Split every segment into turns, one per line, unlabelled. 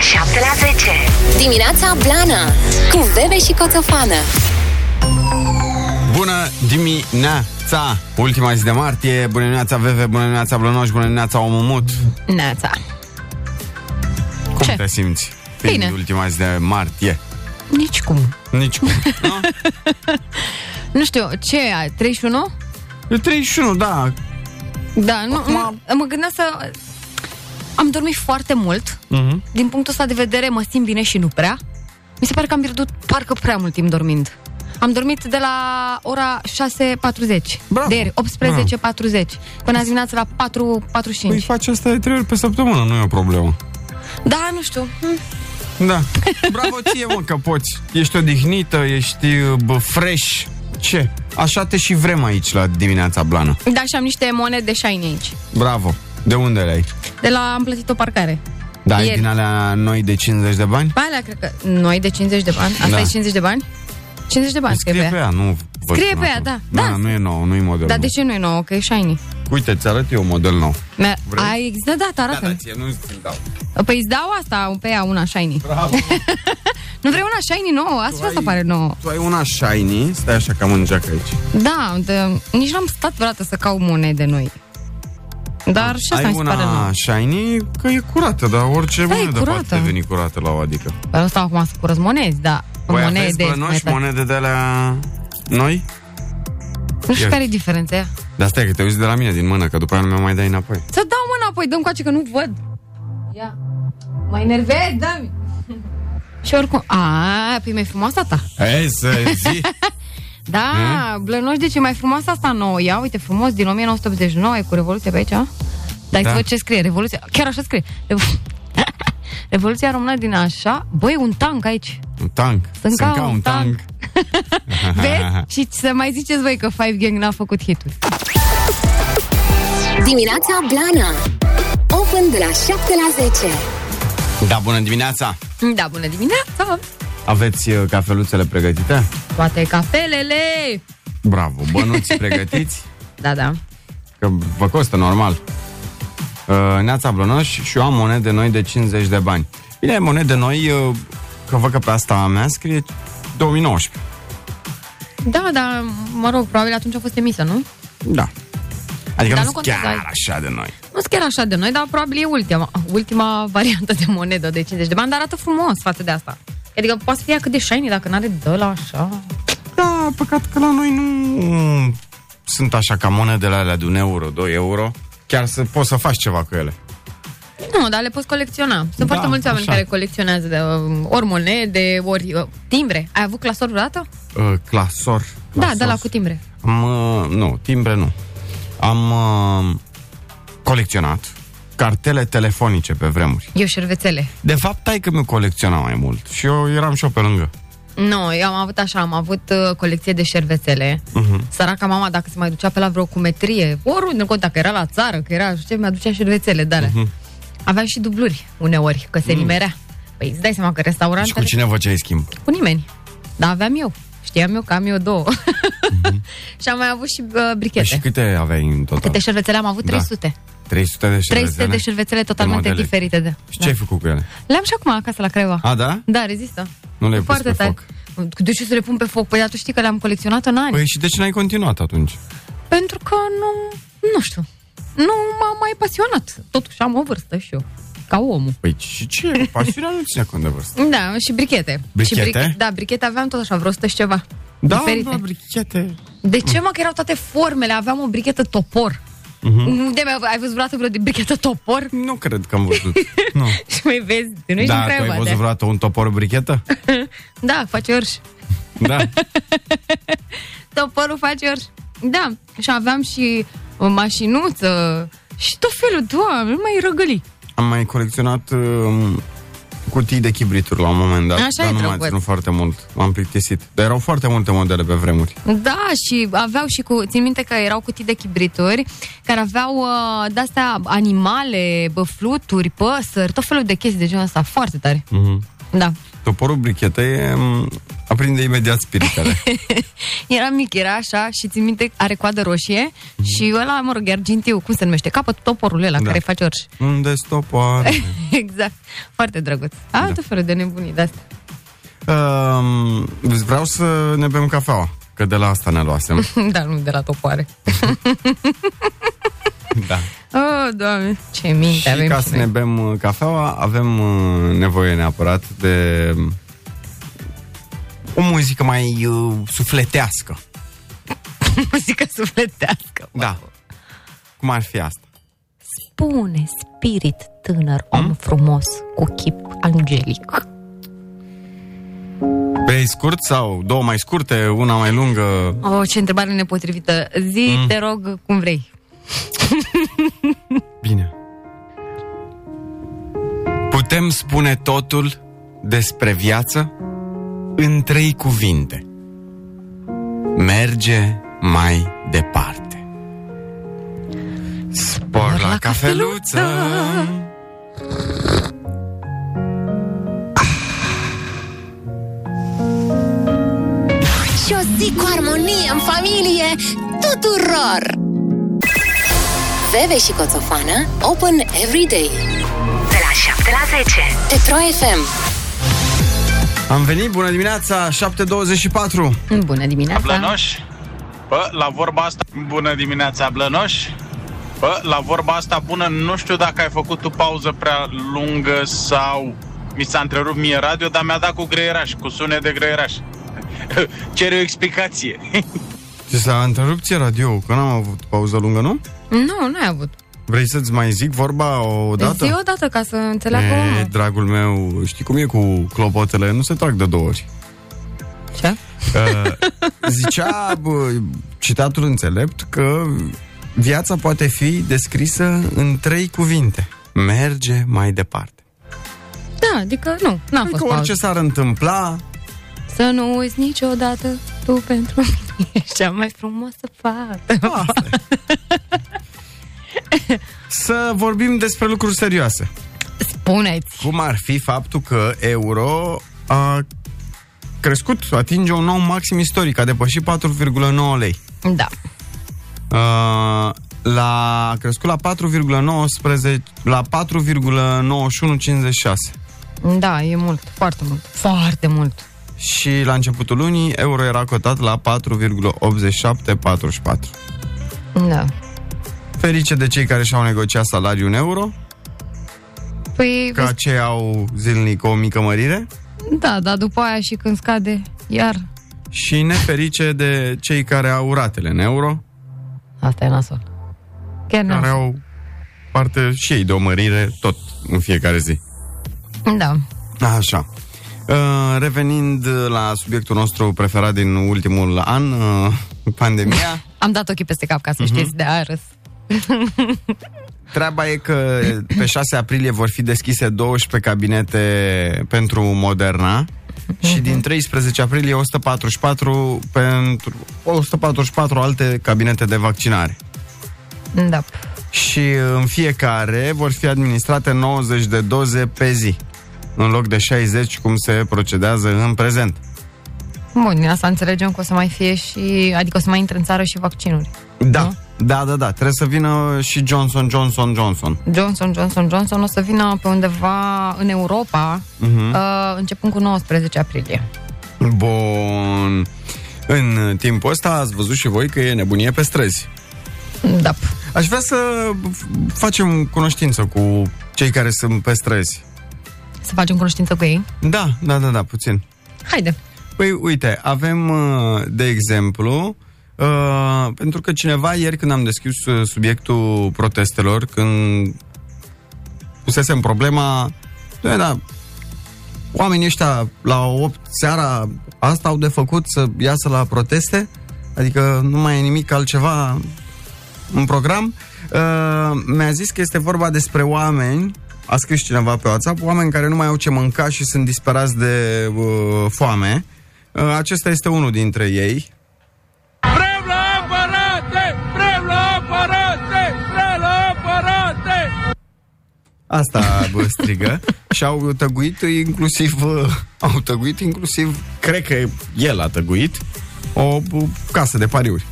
7 la 10.
Dimineața Blana Cu Bebe și Coțofană
Bună dimineața! Ultima zi de martie, bună dimineața Veve, bună dimineața Blănoș, bună dimineața Omumut.
Neața.
Cum
Ce?
te simți?
Bine.
ultima zi de martie.
Nici cum.
Nici cum. nu?
Nu știu, ce ai? 31?
E 31, da.
Da, nu, nu, mă gândeam să... Am dormit foarte mult.
Mhm.
Din punctul ăsta de vedere, mă simt bine și nu prea. Mi se pare că am pierdut parcă prea mult timp dormind. Am dormit de la ora 6.40.
Bravo.
De ieri, 18.40. Până azi dimineața la 4.45.
Păi faci asta de trei ori pe săptămână, nu e o problemă.
Da, nu știu.
Da. Bravo ție, mă, că poți. Ești odihnită, ești bă, fresh. Ce? Așa te și vrem aici la dimineața blană.
Da, și am niște monede shiny aici.
Bravo. De unde le ai?
De la am plătit o parcare.
Da, ai
Ieri.
din alea noi de 50 de bani?
Pe alea, cred că noi de 50 de bani. Asta
Da.
e 50 de bani? 50 de bani,
Scrie pe ea, nu văd
Scrie
până
pe ea,
acum.
da.
Da,
Da.
nu e nou, nu e model
Dar
nou.
de ce nu e nouă? Că e shiny.
Uite, ți arăt eu model nou.
Mi-a-
Vrei?
Ai exact, da, arată
ție nu ți dau.
Păi îți dau asta, pe ea, una shiny.
Bravo.
Nu vrei una shiny nouă? Asta asta
ai-
pare nouă.
Tu ai una shiny, stai așa că am în geacă aici.
Da, de, nici n-am stat vreodată să caut monede noi. Dar și asta
ai
mi se
una
pare nouă.
shiny că e curată, dar orice
Da, e
monedă poate
curată.
deveni curată la o adică.
Păi nu stau acum să curăț monezi, da.
Voi
monede,
aveți bănoși
monede.
monede de la noi?
Nu știu
Eu-
care e diferența aia.
Dar Da, stai că te uiți de la mine din mână, că după aia nu mi mai dai înapoi.
Să dau mâna apoi, dăm coace că nu văd. Ia. Mă enervezi, dă-mi. Și oricum, a, păi mai frumoasă ta.
Ei, să zi.
Da, blănoși, deci e mai frumoasă asta nouă. Ia, uite, frumos, din 1989, e cu Revoluție pe aici, a?
Da.
Dai da. să văd ce scrie, Revoluția, chiar așa scrie. Revo- Revoluția română din așa, băi, un tank aici.
un tank.
Sunt ca un tank. Vezi? Și să mai ziceți voi că Five Gang n-a făcut hituri.
Dimineața Blana Open de la 7 la 10
Da, bună dimineața!
Da, bună dimineața!
Aveți uh, cafeluțele pregătite?
Toate cafelele!
Bravo, bănuți pregătiți?
Da, da.
Că vă costă normal. Uh, Neața Blănoș și eu am monede noi de 50 de bani. Bine, monede noi, uh, că văd că pe asta a mea scrie 2019.
Da, da, mă rog, probabil atunci a fost emisă, nu?
Da. Adică
Dar
nu
nu
sunt chiar
contează.
așa de noi.
Nu sunt chiar așa de noi, dar probabil e ultima, ultima variantă de monedă de 50 de bani, dar arată frumos față de asta. Adică poate să fie cât de shiny dacă n-are de la așa.
Da, păcat că la noi nu sunt așa ca monedele alea de un euro, 2 euro. Chiar să poți să faci ceva cu ele.
Nu, dar le poți colecționa. Sunt
Da,
foarte mulți oameni
așa.
care colecționează de, um, ori monede, ori uh, timbre. Ai avut clasor vreodată?
Uh, clasor.
Da,
clasor.
de la cu timbre.
Am, uh, nu, timbre nu. Am uh, colecționat cartele telefonice pe vremuri.
Eu șervețele.
De fapt, tai că mi colecționa mai mult și eu eram și eu pe lângă.
Nu, eu am avut așa, am avut uh, colecție de șervețele.
Mhm.
Uh-huh. Săraca mama, dacă se mai ducea pe la vreo cumetrie, oriunde, în cont, dacă era la țară, că era, știu ce, mi-aducea șervețele de alea.
Mhm.
Uh-huh. Aveam și dubluri uneori, că se nimerea. Păi îți dai seama că
Mm. Și cu
restaurantele...
cine făceai schimb?
Cu nimeni. Dar aveam eu. Știam eu că am eu două. și am mai avut și uh, brichete.
Mhm. Păi Și câte aveai în total?
Câte șervețele am avut?
Da.
300.
300 de
300
șervețele?
de șervețele totalmente
modele.
diferite. De... da.
Și ce ai făcut cu ele?
Le-am și acum acasă la Craiova.
A, da?
Da, rezistă.
Nu le-ai
E
pus
foarte
pe
tare. De ce să le pun pe foc? Păi dar tu știi că le-am colecționat în ani.
Păi și de ce n-ai continuat atunci?
Pentru că nu, nu știu, nu m-a mai pasionat. Totuși am o vârstă și eu, ca omul.
Păi și ce? Pasiunea nu ține cont de vârstă.
Da, și brichete.
Brichete?
Și brich- da, brichete aveam tot așa, vreo 100 și ceva.
Da,
Diferite.
da, brichete.
De ce mă că erau toate formele? Aveam o brichetă topor.
Mhm.
Uh-huh. De ai văzut vreodată vreo de brichetă topor?
Nu cred că am văzut. nu.
Și mai vezi, tu nu ești
Da,
în
tu ai
Craiova,
văzut
de-
vreodată un topor brichetă?
Da, face orș.
Da.
Toporul face orș. Da, și aveam și o mașinuță și tot felul, doamne, nu mai răgăli.
Am mai colecționat um, cutii de chibrituri la un moment dat.
Așa
dar
e
nu m-a
drăguț.
ținut foarte mult. M-am plictisit. Dar erau foarte multe modele pe vremuri.
Da, și aveau și cu... Țin minte că erau cutii de chibrituri care aveau uh, de-astea animale, bă, fluturi, păsări, tot felul de chestii de genul ăsta. Foarte tare.
Mhm.
Da.
Toporul brichetă e, mm, Aprinde imediat spiritele.
Era mic, era așa și țin minte, are coadă roșie și ăla, mă rog, e argintiu, cum se numește? Capăt toporul ăla
Da.
care face orice.
Unde stopoare?
exact. Foarte drăguț. Altă da. felul de nebunii de astea.
Um, vreau să ne bem cafeaua, că de la asta ne luasem.
Dar nu de la topoare.
da.
Oh, doamne, ce minte
Și
avem
ca
și
să
noi.
ne bem uh, cafeaua, avem uh, nevoie neapărat de um, o muzică mai uh, sufletească.
Muzică sufletească.
Da. Cum ar fi asta?
Spune, spirit tânăr, om
Hmm?
frumos, cu chip angelic.
Vrei scurt sau două mai scurte, una mai lungă?
Oh, ce întrebare nepotrivită. Zi,
Hmm.
mm. te rog, cum vrei.
Bine. Putem spune totul despre viață în trei cuvinte. Merge mai departe. Spor la cafeluță.
Și o zi cu armonie în familie tuturor! Bebe și Coțofană Open every day De la 7 la 10 Petro FM
Am venit, bună dimineața, 7.24.
Bună dimineața.
Blănoș? Bă, la vorba asta, bună dimineața, Blănoș. Bă, la vorba asta bună, nu știu dacă ai făcut o pauză prea lungă sau mi s-a întrerupt mie radio, dar mi-a dat cu greieraș, cu sunet de greieraș. Cer o explicație.
Ce s-a întrerupt ție radio, că n-am avut pauză lungă, nu?
Nu, n-ai avut.
Vrei să-ți mai zic vorba o dată?
Zi o dată ca să înțeleagă omul.
dragul meu, știi cum e cu clopotele? Nu se trag de două ori.
Ce?
Uh, zicea bă, citatul înțelept că viața poate fi descrisă în trei cuvinte. Merge mai departe.
Da, adică nu, n-a
Adică
fost
orice
orice...
s-ar întâmpla,
Să nu uiți niciodată, tu pentru mine ești cea mai frumoasă fată.
asta e. Să vorbim despre lucruri serioase.
Spuneți.
Cum ar fi faptul că euro a crescut, atinge un nou maxim istoric, a depășit 4,9 lei.
Da.
Uh, la, a crescut la 4,19 la 4,9156
Da, e mult, foarte mult. Foarte mult.
și la începutul lunii euro era cotat la 4,8744.
Da.
Ferice de cei care și-au negociat salariul în euro,
Păi,
ca cei au zilnic o mică mărire
da, dar după aia și când scade, iar...
și neferice de cei care au ratele în euro,
Asta e nasol. Chiar
care
nasol.
au parte și ei de o mărire tot în fiecare zi.
Da.
Așa. Uh, Revenind la subiectul nostru preferat din ultimul an, uh, pandemia,
Am dat ochii peste cap ca să știți de a râs.
treaba e că pe 6 aprilie vor fi deschise 12 cabinete pentru Moderna și din 13 aprilie 144 pentru 144 alte cabinete de vaccinare.
Da.
Și uh, în fiecare vor fi administrate 90 de doze pe zi, în loc de 60 cum se procedează în prezent.
Bun, din asta înțelegem că o să mai fie și... Adică o să mai intre în țară și vaccinuri.
Da, da, da, da. Trebuie să vină și Johnson, Johnson, Johnson.
Johnson, Johnson, Johnson o să vină pe undeva în Europa, uh-huh. uh, începând cu 19 aprilie.
Bun. În timpul ăsta ați văzut și voi că e nebunie pe străzi.
Da.
Aș vrea să f- facem cunoștință cu cei care sunt pe străzi.
Să facem cunoștință cu ei.
Da, da, da, da, puțin.
Haide.
Păi, uite, avem, uh, de exemplu, uh, pentru că cineva ieri când am deschis uh, subiectul protestelor, când pusesem problema, "Doamne, da, oamenii ăștia la 8 seara asta au de făcut să iasă la proteste, adică nu mai e nimic altceva în program, uh, mi-a zis că este vorba despre oameni, a scris cineva pe WhatsApp, oameni care nu mai au ce mânca și sunt disperați de uh, foame. Uh, acesta este unul dintre ei.
Vrem la aparate! Vrem la aparate! Vrem la aparate!
Asta bă, strigă. și au tăguit inclusiv, uh, au tăguit inclusiv, cred că el a tăguit, o uh, casă de pariuri.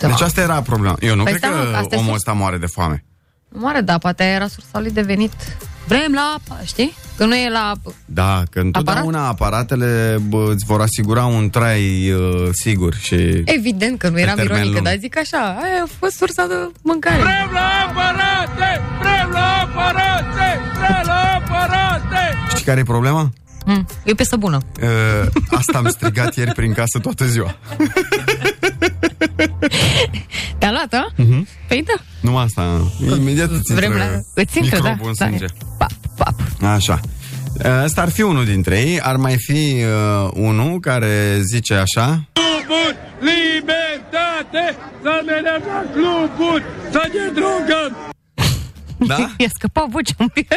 Da.
Deci asta era problema. Eu nu
Păi
cred
stai, mă,
că
că asta e
omul
sus.
ăsta moare de foame.
Moare, da, poate era sursa lui devenit Vrem la apa, știi? Că nu e la apă.
Da, că întotdeauna Aparat? aparatele bă, îți vor asigura un trai uh, sigur și...
Evident că nu eram
termen
ironică,
lung.
dar zic așa, aia a fost sursa de mâncare.
Vrem la apărate! Vrem la apărate! Vrem la apărate!
Știi care e problema?
Mm, e o piesă bună.
Uh, asta am strigat ieri prin casă toată ziua.
Te-a luat, a?
Mhm.
Mm-hmm. Păi da.
Nu asta. Imediat îți
Vrem
intră
la... Îți intră, da.
microbul în
da.
sânge.
Pap, pap.
Așa. Asta ar fi unul dintre ei. Ar mai fi uh, unul care zice așa.
Cluburi! Libertate! Să mergem la cluburi! Să ne drogăm!
Da?
I-a scăpat vocea un pic.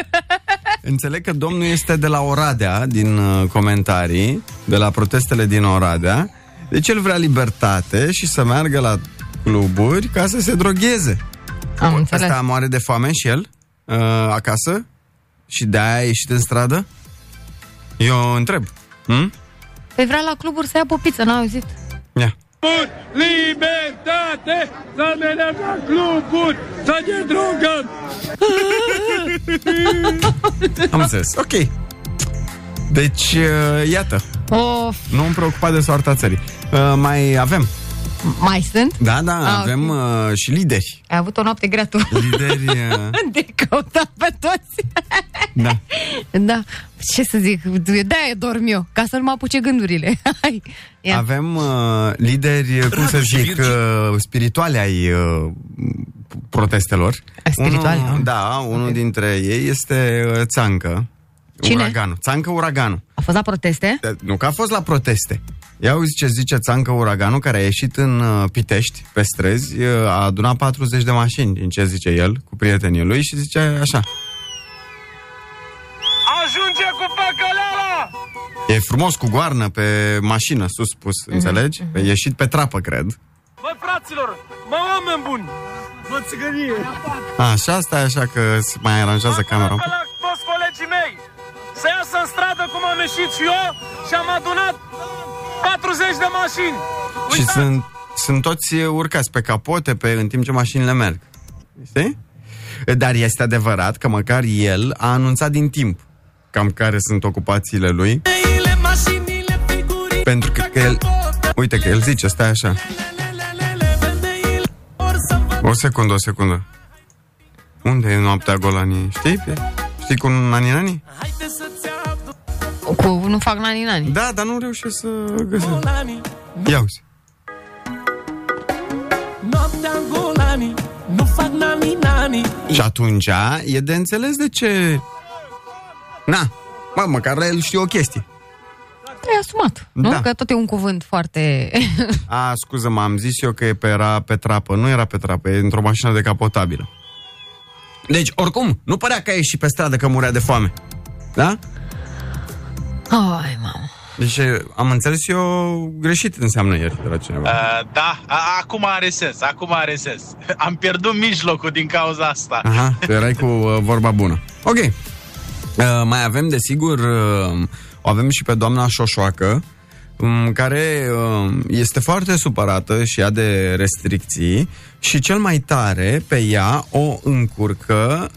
Înțeleg că domnul este de la Oradea, din uh, comentarii, de la protestele din Oradea. Deci el vrea libertate și să meargă la cluburi ca să se drogheze.
Am înțeles.
Asta moare de foame și el uh, acasă? Și de-aia a ieșit în stradă? Eu întreb. Hm?
Păi vrea la cluburi să ia popiță, n-a auzit.
Ia.
Cluburi! Libertate! Să mergem la cluburi! Să ne drogăm!
Am înțeles. Ok. Deci, uh, iată.
Of,
Nu îmi preocupa de soarta țării. Uh, mai avem.
mai sunt?
Da, da,
Ah,
avem uh, și lideri.
Ai avut o noapte grea tu.
Lideri, uh,
De căutat pe toți.
da.
da, ce să zic, de-aia dorm eu, ca să nu mă apuce gândurile. Hai, ia.
Avem uh, lideri, uh, cum să zic, uh, spirituale ai uh, protestelor.
Spirituale,
unul,
ah.
da, unul dintre ei este uh, Țancă.
Cine?
Uraganul. Țancă Uraganul.
A fost la proteste?
Da, Nu că a fost la proteste. Ia uite ce zice Țancă Uraganul, care a ieșit în uh, Pitești, pe străzi, uh, a adunat 40 de mașini, din ce zice el, cu prietenii lui și zice așa.
Ajunge cu păcăleala!
E frumos cu goarnă pe mașină, sus pus, înțelegi? E ieșit pe trapă, cred.
Bă, fraților! Mă, oameni buni! Bă, țigărie!
Așa, stai așa că se mai aranjează camera.
Apel la toți colegii mei să iasă în stradă cum am ieșit și eu și am adunat 40 de mașini.
Și sunt, sunt toți urcați pe capote pe, în timp ce mașinile merg. Știi? Dar este adevărat că măcar el a anunțat din timp cam care sunt ocupațiile lui. Pentru că, că el... Uite că el zice, stai așa. O secundă, o secundă. Unde e noaptea golanii? Știi? Știi cu Nani Nani?
Cu nu fac nani nani.
Da, dar nu reușesc să găsesc. Ia uzi.
Noaptea în golani Nu fac nani nani
Și atunci e de înțeles de ce... Na, mă, măcar la el știe o chestie.
Te-ai asumat, nu?
Da.
Că tot e un cuvânt foarte...
A, scuză mă, am zis eu că e pe, era pe trapă. Nu era pe trapă, e într-o mașină decapotabilă. Deci, oricum, nu părea că a ieșit pe stradă că murea de foame. Da?
Ai, mamă.
Deci e, am înțeles eu greșit înseamnă ieri de la cineva.
Uh, da, a- acum are sens, acum are sens. Am pierdut mijlocul din cauza asta.
Aha, tu erai cu uh, vorba bună. Ok. Uh, mai avem, desigur, uh, o avem și pe doamna Șoșoacă, um, care uh, este foarte supărată și ea de restricții și cel mai tare pe ea o încurcă,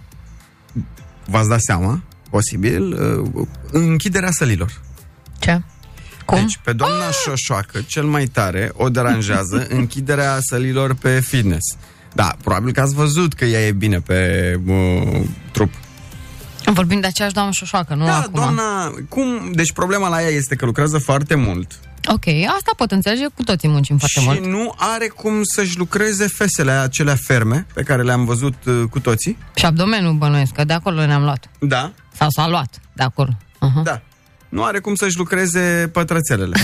v-ați dat seama, posibil, uh, închiderea sălilor.
Ce? Cum? Ah!
Deci pe doamna Șoșoacă, cel mai tare, o deranjează închiderea sălilor pe fitness. Da, probabil că ați văzut că ea e bine pe uh, trup.
Vorbim de aceeași doamnă șoșoacă, nu
Da,
acum.
doamna, cum? Deci problema la ea este că lucrează foarte mult
Ok, asta pot înțelege, cu toții muncim foarte
și
mult.
nu are cum să-și lucreze fesele acelea ferme pe care le-am văzut uh, cu toții.
Și abdomenul bănuiesc, că de acolo ne-am luat.
Da,
Sau s-a luat de acolo. Uh-huh.
da. Nu are cum să-și lucreze pătrățelele.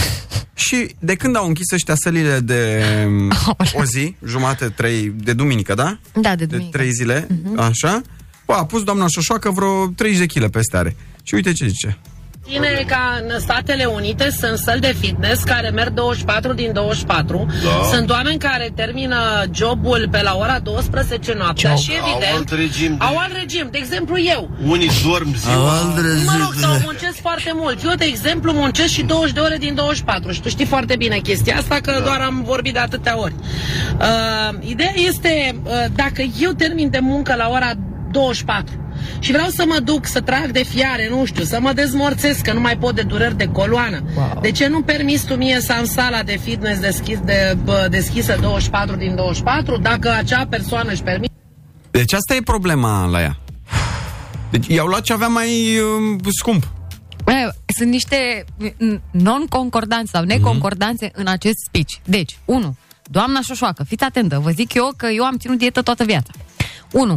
și de când au închis ăștia sălile de um, o zi, jumate, trei, de duminică, da?
Da, de
de
duminică.
trei zile, așa, bă, a pus doamna Șoșoacă vreo 30 de kg peste are. Și uite ce zice.
Bine ca în Statele Unite sunt săli de fitness care merg 24 din 24.
Da.
Sunt oameni care termină jobul pe la ora 12 noaptea și evident
Au alt regim de-
Au alt regim. De exemplu eu.
Unii dorm ziua.
Mă rog, sau muncesc foarte mult. Eu, de exemplu, muncesc și 20 de ore din 24 și tu știi foarte bine chestia asta că da. doar am vorbit de atâtea ori. Uh, ideea este, uh, dacă eu termin de muncă la ora 24 și vreau să mă duc să trag de fiare, nu știu, să mă dezmorțesc, că nu mai pot de dureri de coloană. Wow. De ce nu permis tu mie să am sala de fitness deschis, de, bă, deschisă 24 din 24 dacă acea persoană își permite?
Deci asta e problema la ea. Deci i-au luat ce avea mai um, scump.
Bă, Eh, Sunt niște n- non-concordanțe sau neconcordanțe în acest speech. Deci, 1. Doamna Șoșoacă, fiți atentă, vă zic eu că eu am ținut dietă toată viața. 1.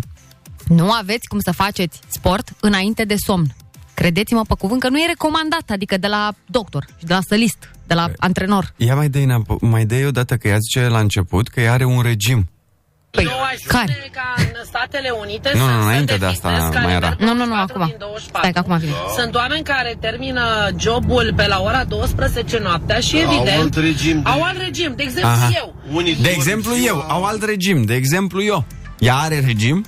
Nu aveți cum să faceți sport înainte de somn. Credeți-mă pe cuvânt că nu e recomandat, adică de la doctor, și de la sălist, de la antrenor.
Ia mai dă înapoi, mai dă odată că ea zice la început că ea are un regim.
Păi,
Eu aș
care?
spune ca în Statele Unite
Nu, nu,
sunt
înainte
state
de asta
fitness care
mai era.
merg
Nu, nu, nu,
24
acum.
din 24.
Stai că acum vine.
Sunt oameni care termină jobul pe la ora 12 noaptea și
Au
evident
alt regim de-
au alt regim. De exemplu
Aha.
eu.
Unii
De
dorm
exemplu
ziua.
eu, au alt regim. De exemplu eu. Ea are regim?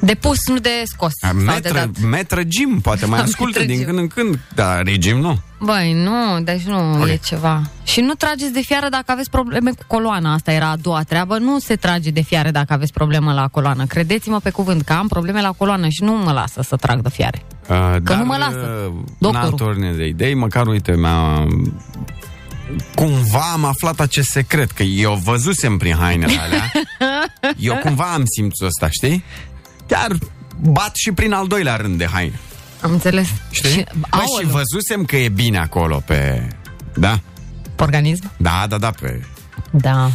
De pus, nu de scos. Sau de dat.
Metră, metră gym, poate mai ascultă
Metră
din
gym.
când în când. Dar regim nu.
Băi, nu, deci nu
Ok.
e ceva. Și nu trageți de fiară dacă aveți probleme cu coloana. Asta era a doua treabă. Nu se trage de fiară dacă aveți problemă la coloană. Credeți-mă pe cuvânt că am probleme la coloană și nu mă lasă să trag de fiare.
Uh, că dar,
nu mă lasă.
uh, În
Doctorul.
alt ordine de idei, măcar uite, mi-a... Cumva am aflat acest secret, că eu văzusem prin hainele alea. eu cumva am simțul ăsta, știi? Chiar bat și prin al doilea rând de haine.
Am înțeles.
Știi?
Și,
Bă, și
aoleu,
văzusem că e bine acolo pe... Da?
pe organism?
Da, da, da, pe...
Da.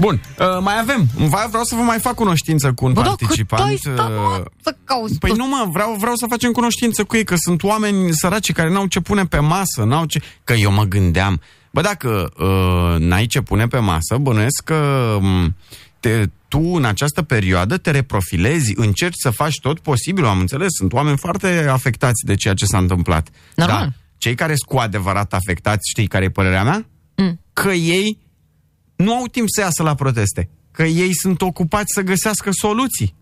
Bun, uh, mai avem. Va- Vreau să vă mai fac cunoștință cu un
Bă, da, cât
participant.
ai stat, mă,
uh,
să cauți
Păi
tu?
nu mă, vreau, vreau să facem cunoștință cu ei, că sunt oameni săraci care n-au ce pune pe masă, n-au ce... Că eu mă gândeam, bă, dacă uh, n-ai ce pune pe masă, bănuiesc că m, te, tu în această perioadă te reprofilezi, încerci să faci tot posibilul, am înțeles, sunt oameni foarte afectați de ceea ce s-a întâmplat. Da.
Normal.
cei care sunt cu adevărat afectați, știi care e părerea mea? Mm. Că ei nu au timp să iasă la proteste, că ei sunt ocupați să găsească soluții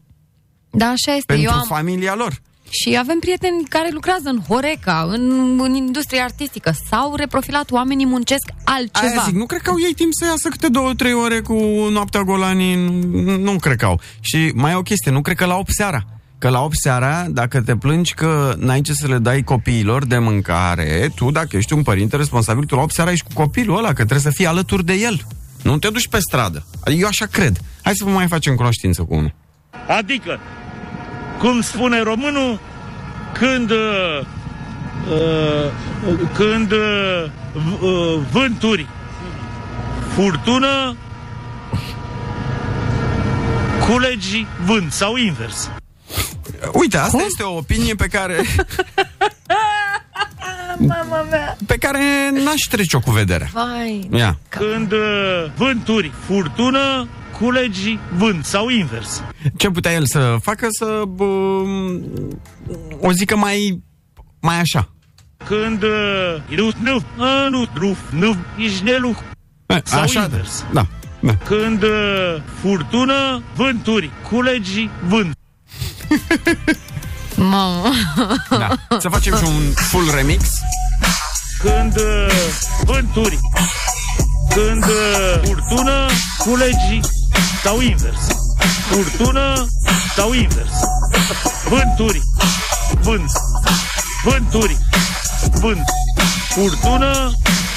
Da, așa este.
pentru
Eu am...
familia lor.
Și avem prieteni care lucrează în Horeca, în, în industria artistică. S-au reprofilat, oamenii muncesc altceva.
Aia zic, nu cred că au ei timp să iasă câte două, trei ore cu noaptea golanii, nu, nu cred că au. Și mai e o chestie, nu cred că la 8 seara. Că la 8 seara, dacă te plângi că n-ai ce să le dai copiilor de mâncare, tu, dacă ești un părinte responsabil, tu la 8 seara ești cu copilul ăla, că trebuie să fii alături de el. Nu te duci pe stradă. Adică eu așa cred. Hai să vă mai facem cunoștință cu unul.
Adică, cum spune românul, când, uh, uh, când uh, v- uh, vânturi, furtună, culegi vânt sau invers.
Uite, asta Cum? este o opinie pe care... Mama mea. Pe care n-aș trece-o cu vederea.
Vai,
Ia.
Când uh, vânturi, furtună, culegi vânt sau invers.
Ce putea el să facă să bă, o zică mai mai așa.
Când uh, nu, nu, a, nu, nu, nu, ești neluc. Sau
Eh, așa
invers.
Da. da.
Când uh, furtună, vânturi, culegi vânt.
mamă.
da. Să facem și un full remix.
Când uh, vânturi, când uh, furtună, culegi sau invers. Furtună sau invers. Vânturi, vânt, vânturi, vânt. Furtună,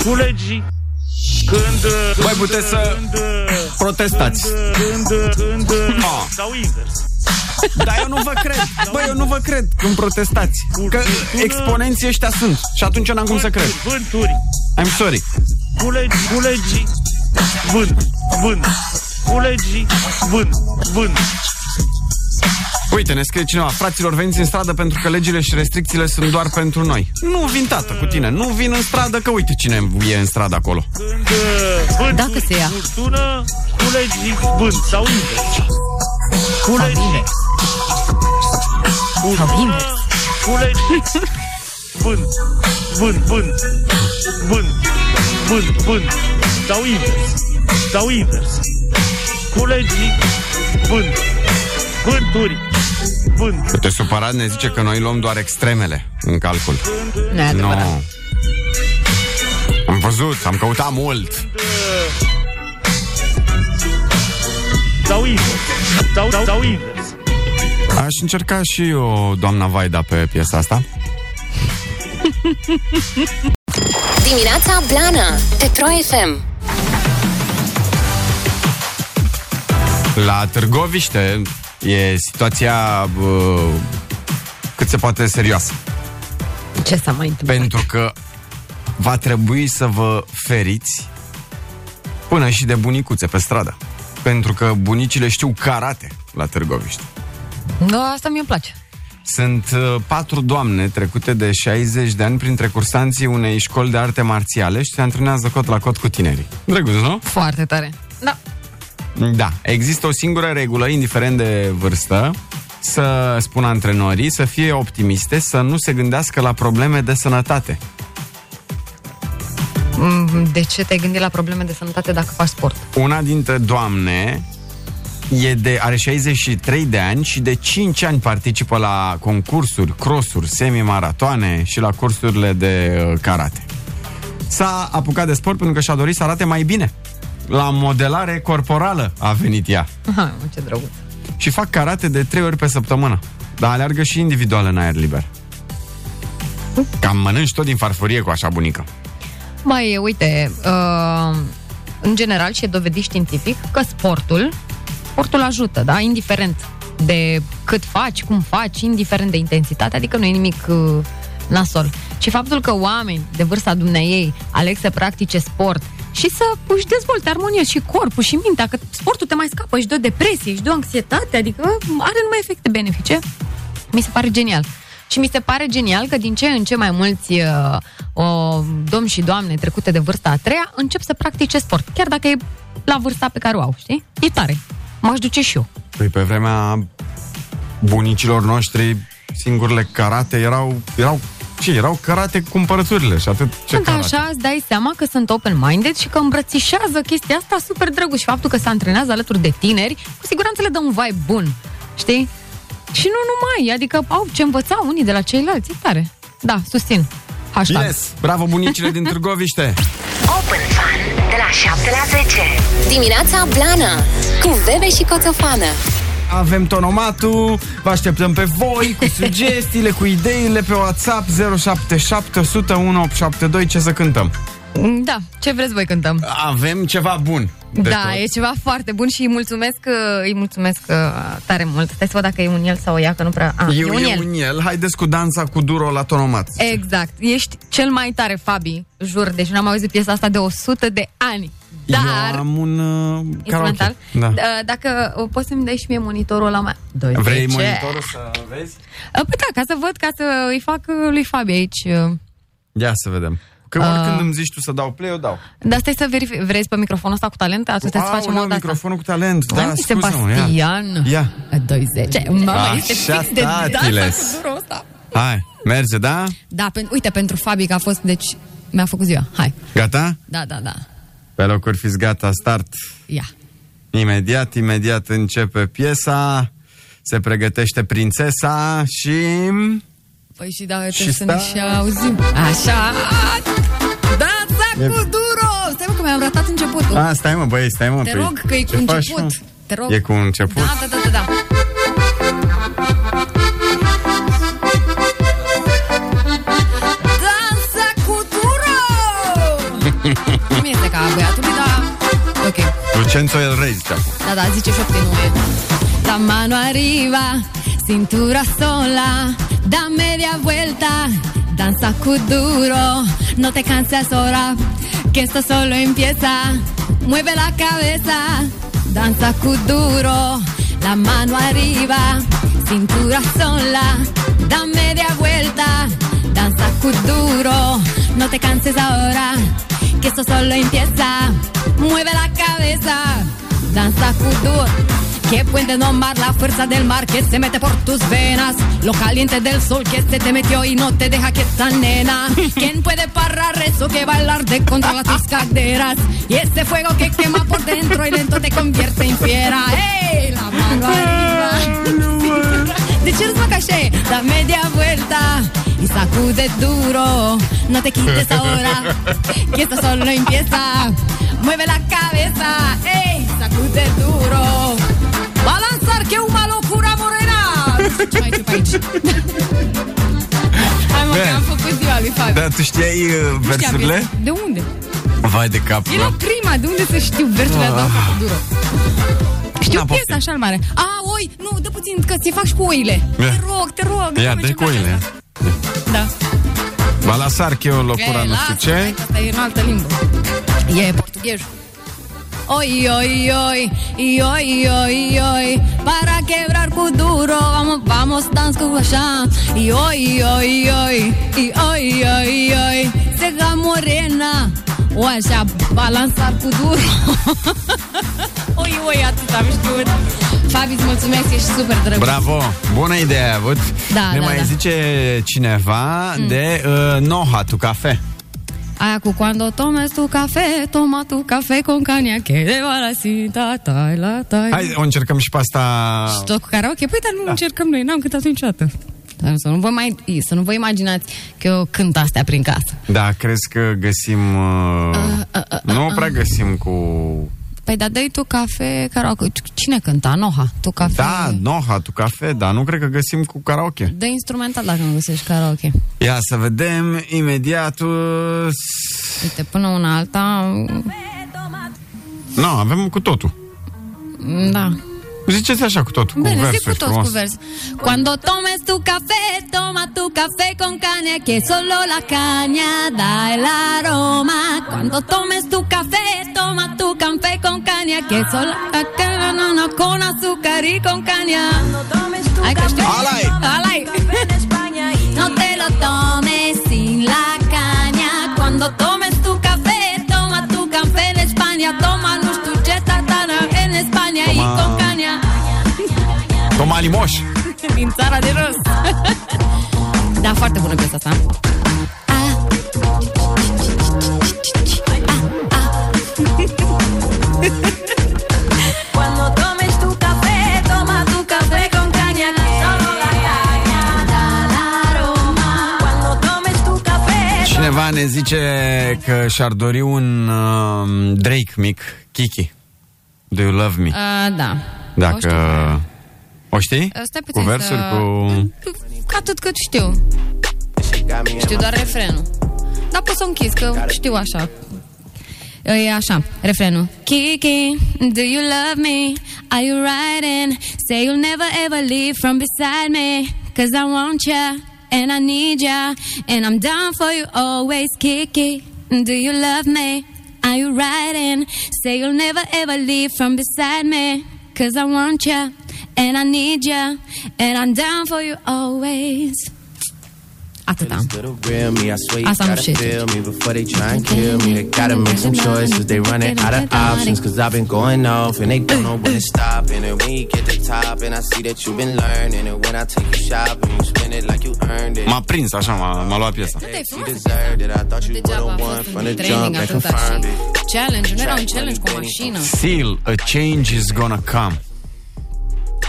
culegi, când... uh,
Mai puteți să
Când, uh,
protestați.
Când, uh, când, uh,
Ah.
sau invers.
Dar eu nu vă cred. Bă, eu nu vă cred când protestați. Că exponenții ăștia sunt. Și atunci n-am cum să cred.
Vânturi,
I'm sorry.
culegi, culegi, vânt, vânt, culegi, vânt, vânt.
Uite, ne scrie cineva, fraților, veniți în stradă pentru că legile și restricțiile sunt doar pentru noi. Nu vin, tată, cu tine. Nu vin în stradă, că uite cine e în stradă acolo.
Când uh, vânturi,
Dacă se ia.
furtună, culegi, vânt sau invers. Culegi,
Sau
furtună,
invers.
culegi, vând, vând, vând, vând, vând, vând, sau invers, sau invers. Colegii vând, vânturi, vând.
Te supărat ne zice că noi luăm doar extremele în calcul.
Nu e adevărat.
Nu. Am văzut, am căutat mult.
Sau invers, sau, sau, sau invers.
Aș încerca și eu, doamna Vaida, pe piesa asta.
Dimineața Blana Pe Pro FM
La Târgoviște e situația bă, cât se poate serioasă.
Ce s-a mai întâmplat?
Pentru că va trebui să vă feriți până și de bunicuțe pe stradă. Pentru că bunicile știu karate la Târgoviște.
Da, asta mi-e place.
Sunt uh, patru doamne trecute de 60 de ani printre cursanții unei școli de arte marțiale și se antrenează cot la cot cu tinerii. Drăguț, nu?
Foarte tare. Da.
Da. Există o singură regulă, indiferent de vârstă, să spun antrenorii, să fie optimiste, să nu se gândească la probleme de sănătate.
Mm, De ce te-ai gândit la probleme de sănătate dacă faci sport?
Una dintre doamne e de, are 63 de ani și de 5 ani participă la concursuri, crossuri, semimaratoane și la cursurile de uh, karate. S-a apucat de sport pentru că și-a dorit să arate mai bine. La modelare corporală a venit ea.
Aha, mă, ce drăguț.
Și fac karate de 3 ori pe săptămână. Dar aleargă și individual în aer liber. Cam mănânci tot din farfurie cu așa bunică.
Mai uite, uh, în general și e dovedit științific că sportul, sportul ajută, da? Indiferent de cât faci, cum faci, indiferent de intensitate, adică nu e nimic uh, nasol. Și faptul că oameni de vârsta dumneiei aleg să practice sport și să își dezvolte armonios și corpul și mintea, că sportul te mai scapă, își dă depresie, își dă anxietate, adică uh, are numai efecte benefice, mi se pare genial. Și mi se pare genial că din ce în ce mai mulți uh, o, domni și doamne trecute de vârsta a treia încep să practice sport, chiar dacă e la vârsta pe care o au, știi? E tare. M-aș duce și eu.
Păi pe vremea bunicilor noștri, singurele karate erau, erau ce, erau karate cu cumpărăturile și atât ce
Pentru că
karate.
așa îți dai seama că sunt open-minded și că îmbrățișează chestia asta super drăguț și faptul că se antrenează alături de tineri, cu siguranță le dă un vibe bun, știi? Și nu numai, adică au ce învăța unii de la ceilalți, e tare. Da, susțin. Hashtag.
Yes, bravo bunicile din Târgoviște!
Open Fun De la 7 la 10 Dimineața Blana Cu Bebe și Coțofană
Avem tonomatul, vă așteptăm pe voi cu sugestiile, cu ideile pe WhatsApp 077 101 872 ce să cântăm.
Da, ce vreți voi cântăm?
Avem ceva bun. de
da,
tot.
e ceva foarte bun și îi mulțumesc, uh, îi mulțumesc uh, tare mult. Stai să văd dacă e un el sau o ea, că nu prea... A,
Eu, eu un el, haideți cu danța cu duro la tonomat.
Exact. Ești cel mai tare, Fabi. Jur, deci n-am auzit piesa asta de 100 de ani. Dar...
Eu am un uh,
Instrumental.
karaoke. Da.
D- Dacă uh, poți să-mi dai și mie monitorul ăla mai... Doi,
Vrei
ce?
monitorul să vezi?
Uh, Păi da, ca să văd, ca să îi fac uh, lui Fabi aici. uh.
Ia să vedem. Că oricând îmi zici tu să dau play, eu dau.
Dar stai să verific. Vrei pe microfonul ăsta cu talent? Atunci trebuie să
Aoleu,
facem o dată asta.
microfonul cu talent. Da,
Mamă,
scuză-mă, ia.
Sebastian.
Ia.
20. Mama, este
Așa,
fix de dansa
tatiles.
cu durul ăsta.
Hai, merge, da?
Da, pen, uite, pentru Fabi că a fost, deci mi-a făcut ziua. Hai.
Gata?
Da, da, da.
Pe locuri fiți gata, start.
Ia.
Imediat, imediat începe piesa. Se pregătește prințesa și...
Păi și da,
Și
trebuie să ne
stai.
și auzim. Așa. Danța
E-
cu duro! Stai mă că mi-am ratat începutul.
A, stai mă, băi, stai mă.
Te
păi,
rog, că e cu
ce faci,
început.
mă?
Te rog.
E cu început.
Da, da, da, da, da. Danța cu duro! Cum este ca a băiatului, da... Ok.
Lucenzo El Rey, zice acum.
Da, da, zice 7 9. La mano arriba, cintura sola, da media vuelta, danza cu duro, no te canses ahora, que esto solo empieza, mueve la cabeza, danza cu duro, la mano arriba, cintura sola, da media vuelta, danza cu duro, no te canses ahora, que esto solo empieza, mueve la cabeza. Danza Kudur, que pueden domar la fuerza del mar que se mete por tus venas, lo caliente del sol que se te metió y no te deja que esta nena. ¿Quién puede parar eso que bailar de contra las tus caderas? Y ese fuego que quema por dentro y lento te convierte en fiera. ¡Ey! La mano arriba. Deci râzi, mă, că așa e? Da media vuelta y sacude duro No te quites ahora Que esto solo empieza Mueve la cabeza Ey, sacude duro Va a lanzar que una locura morena Nu știu ce mai ce pe aici Hai mă, că
Da.
am făcut ziua lui Fabio
Dar tu știai uh,
Nu știam
versurile?
versurile. De unde?
Vai de cap.
Era prima, de unde să știu versurile
Ah.
la duro știu
Na,
piesa așa mare. A, oi, nu, dă puțin, că ți faci cu oile.
Ia.
Te rog, te rog.
Ia,
dă-mi
de
ceva.
coile.
Da.
Va lăsar că eu locura
Ei,
nu știu
lasă,
ce.
Asta e în altă limbă. E portughez. Oi, oi, oi, y oi, oi, oi, para quebrar cu duro, vamos, vamos, dance cu așa. Y oi, oi, oi, y oi, oi, oi, sega morena, o așa, balansar cu duro. oi, oi, tá, atât am știut. Fabi, îți mulțumesc, ești super drăguț.
Bravo! Bună idee ai avut!
Da,
ne
da, Mm.
mai
da.
zice cineva de uh, Noha, tu cafe.
Păi Aia cu cuando tomes tu café, toma tu café con caña, que de barasita, tai la tai.
Hai, Da. o încercăm și pe asta...
Și tot cu karaoke? Păi, dar nu încercăm noi, n-am cântat niciodată. Dar să nu vă mai, să nu vă imaginați că eu cânt astea prin casă.
Da, crezi că găsim... Uh, nu prea găsim cu...
Păi, dar dai tu cafe, karaoke. Cine cânta? Noha, tu cafe.
Da, Noha, tu cafe, dar nu cred că găsim cu karaoke.
Dă instrumental dacă nu găsești karaoke.
Ia să vedem imediat... Uh,
Uite, până una alta...
nu, no, avem cu totul.
mm, Da.
Ziceți așa cu totul, cu
Bine,
versuri
zic cu toți
frumos.
cu vers. Cuando tomes tu café, toma tu café con caña, que solo la caña da el aroma. Cuando tomes tu café, toma tu café con caña, que solo la caña no, no, con azúcar y con caña. Ay, que estoy- Alay. No te lo tomes sin la caña. Cuando tomes tu café, toma tu café en España. Toma los tuches tartana en España y
Toma.
con caña.
Toma Limoș.
Din țara de rost Da, foarte bună piesa asta A. A, a. Cuando tomes tu café, toma tu café con caña, que solo la caña da el aroma. Cuando tomes tu café,
Cineva ne zice că și-ar dori un uh, Drake mic, Kiki. Do you love me?
Uh, da.
Dacă...
O știu.
O știi?
Uh, Stai
Cu
puțin
versuri,
să...
cu...
Cu... Atât cât știu. Știu doar refrenul. Dar pot să o închis, că știu așa. E așa, refrenul. Kiki, do you love me? Are you riding? Say you'll never ever leave from beside me. Cause I want ya, and I need ya, and I'm down for you always. Kiki, do you love me? Are you riding? Say you'll never ever leave from beside me. Cause I want ya, and I need ya, and I'm down for you always. After that.
Little real me, I swear you
That's some
gotta
shit.
feel me before they try and kill me. They gotta make some choices, they running out of options. Cause I've been going off and they don't know when to stop. And when you get to top, and I see that you've been learning. And when I take you shopping, you spend it like you earned it.
M-a prins, așa, m-a, m-a luat piesa.
You deserved it. I thought you were the one from the jump
Training
that
atâta și
confirmed it.
challenge, nu era un challenge cu o mașină.
Seal, a change is gonna come.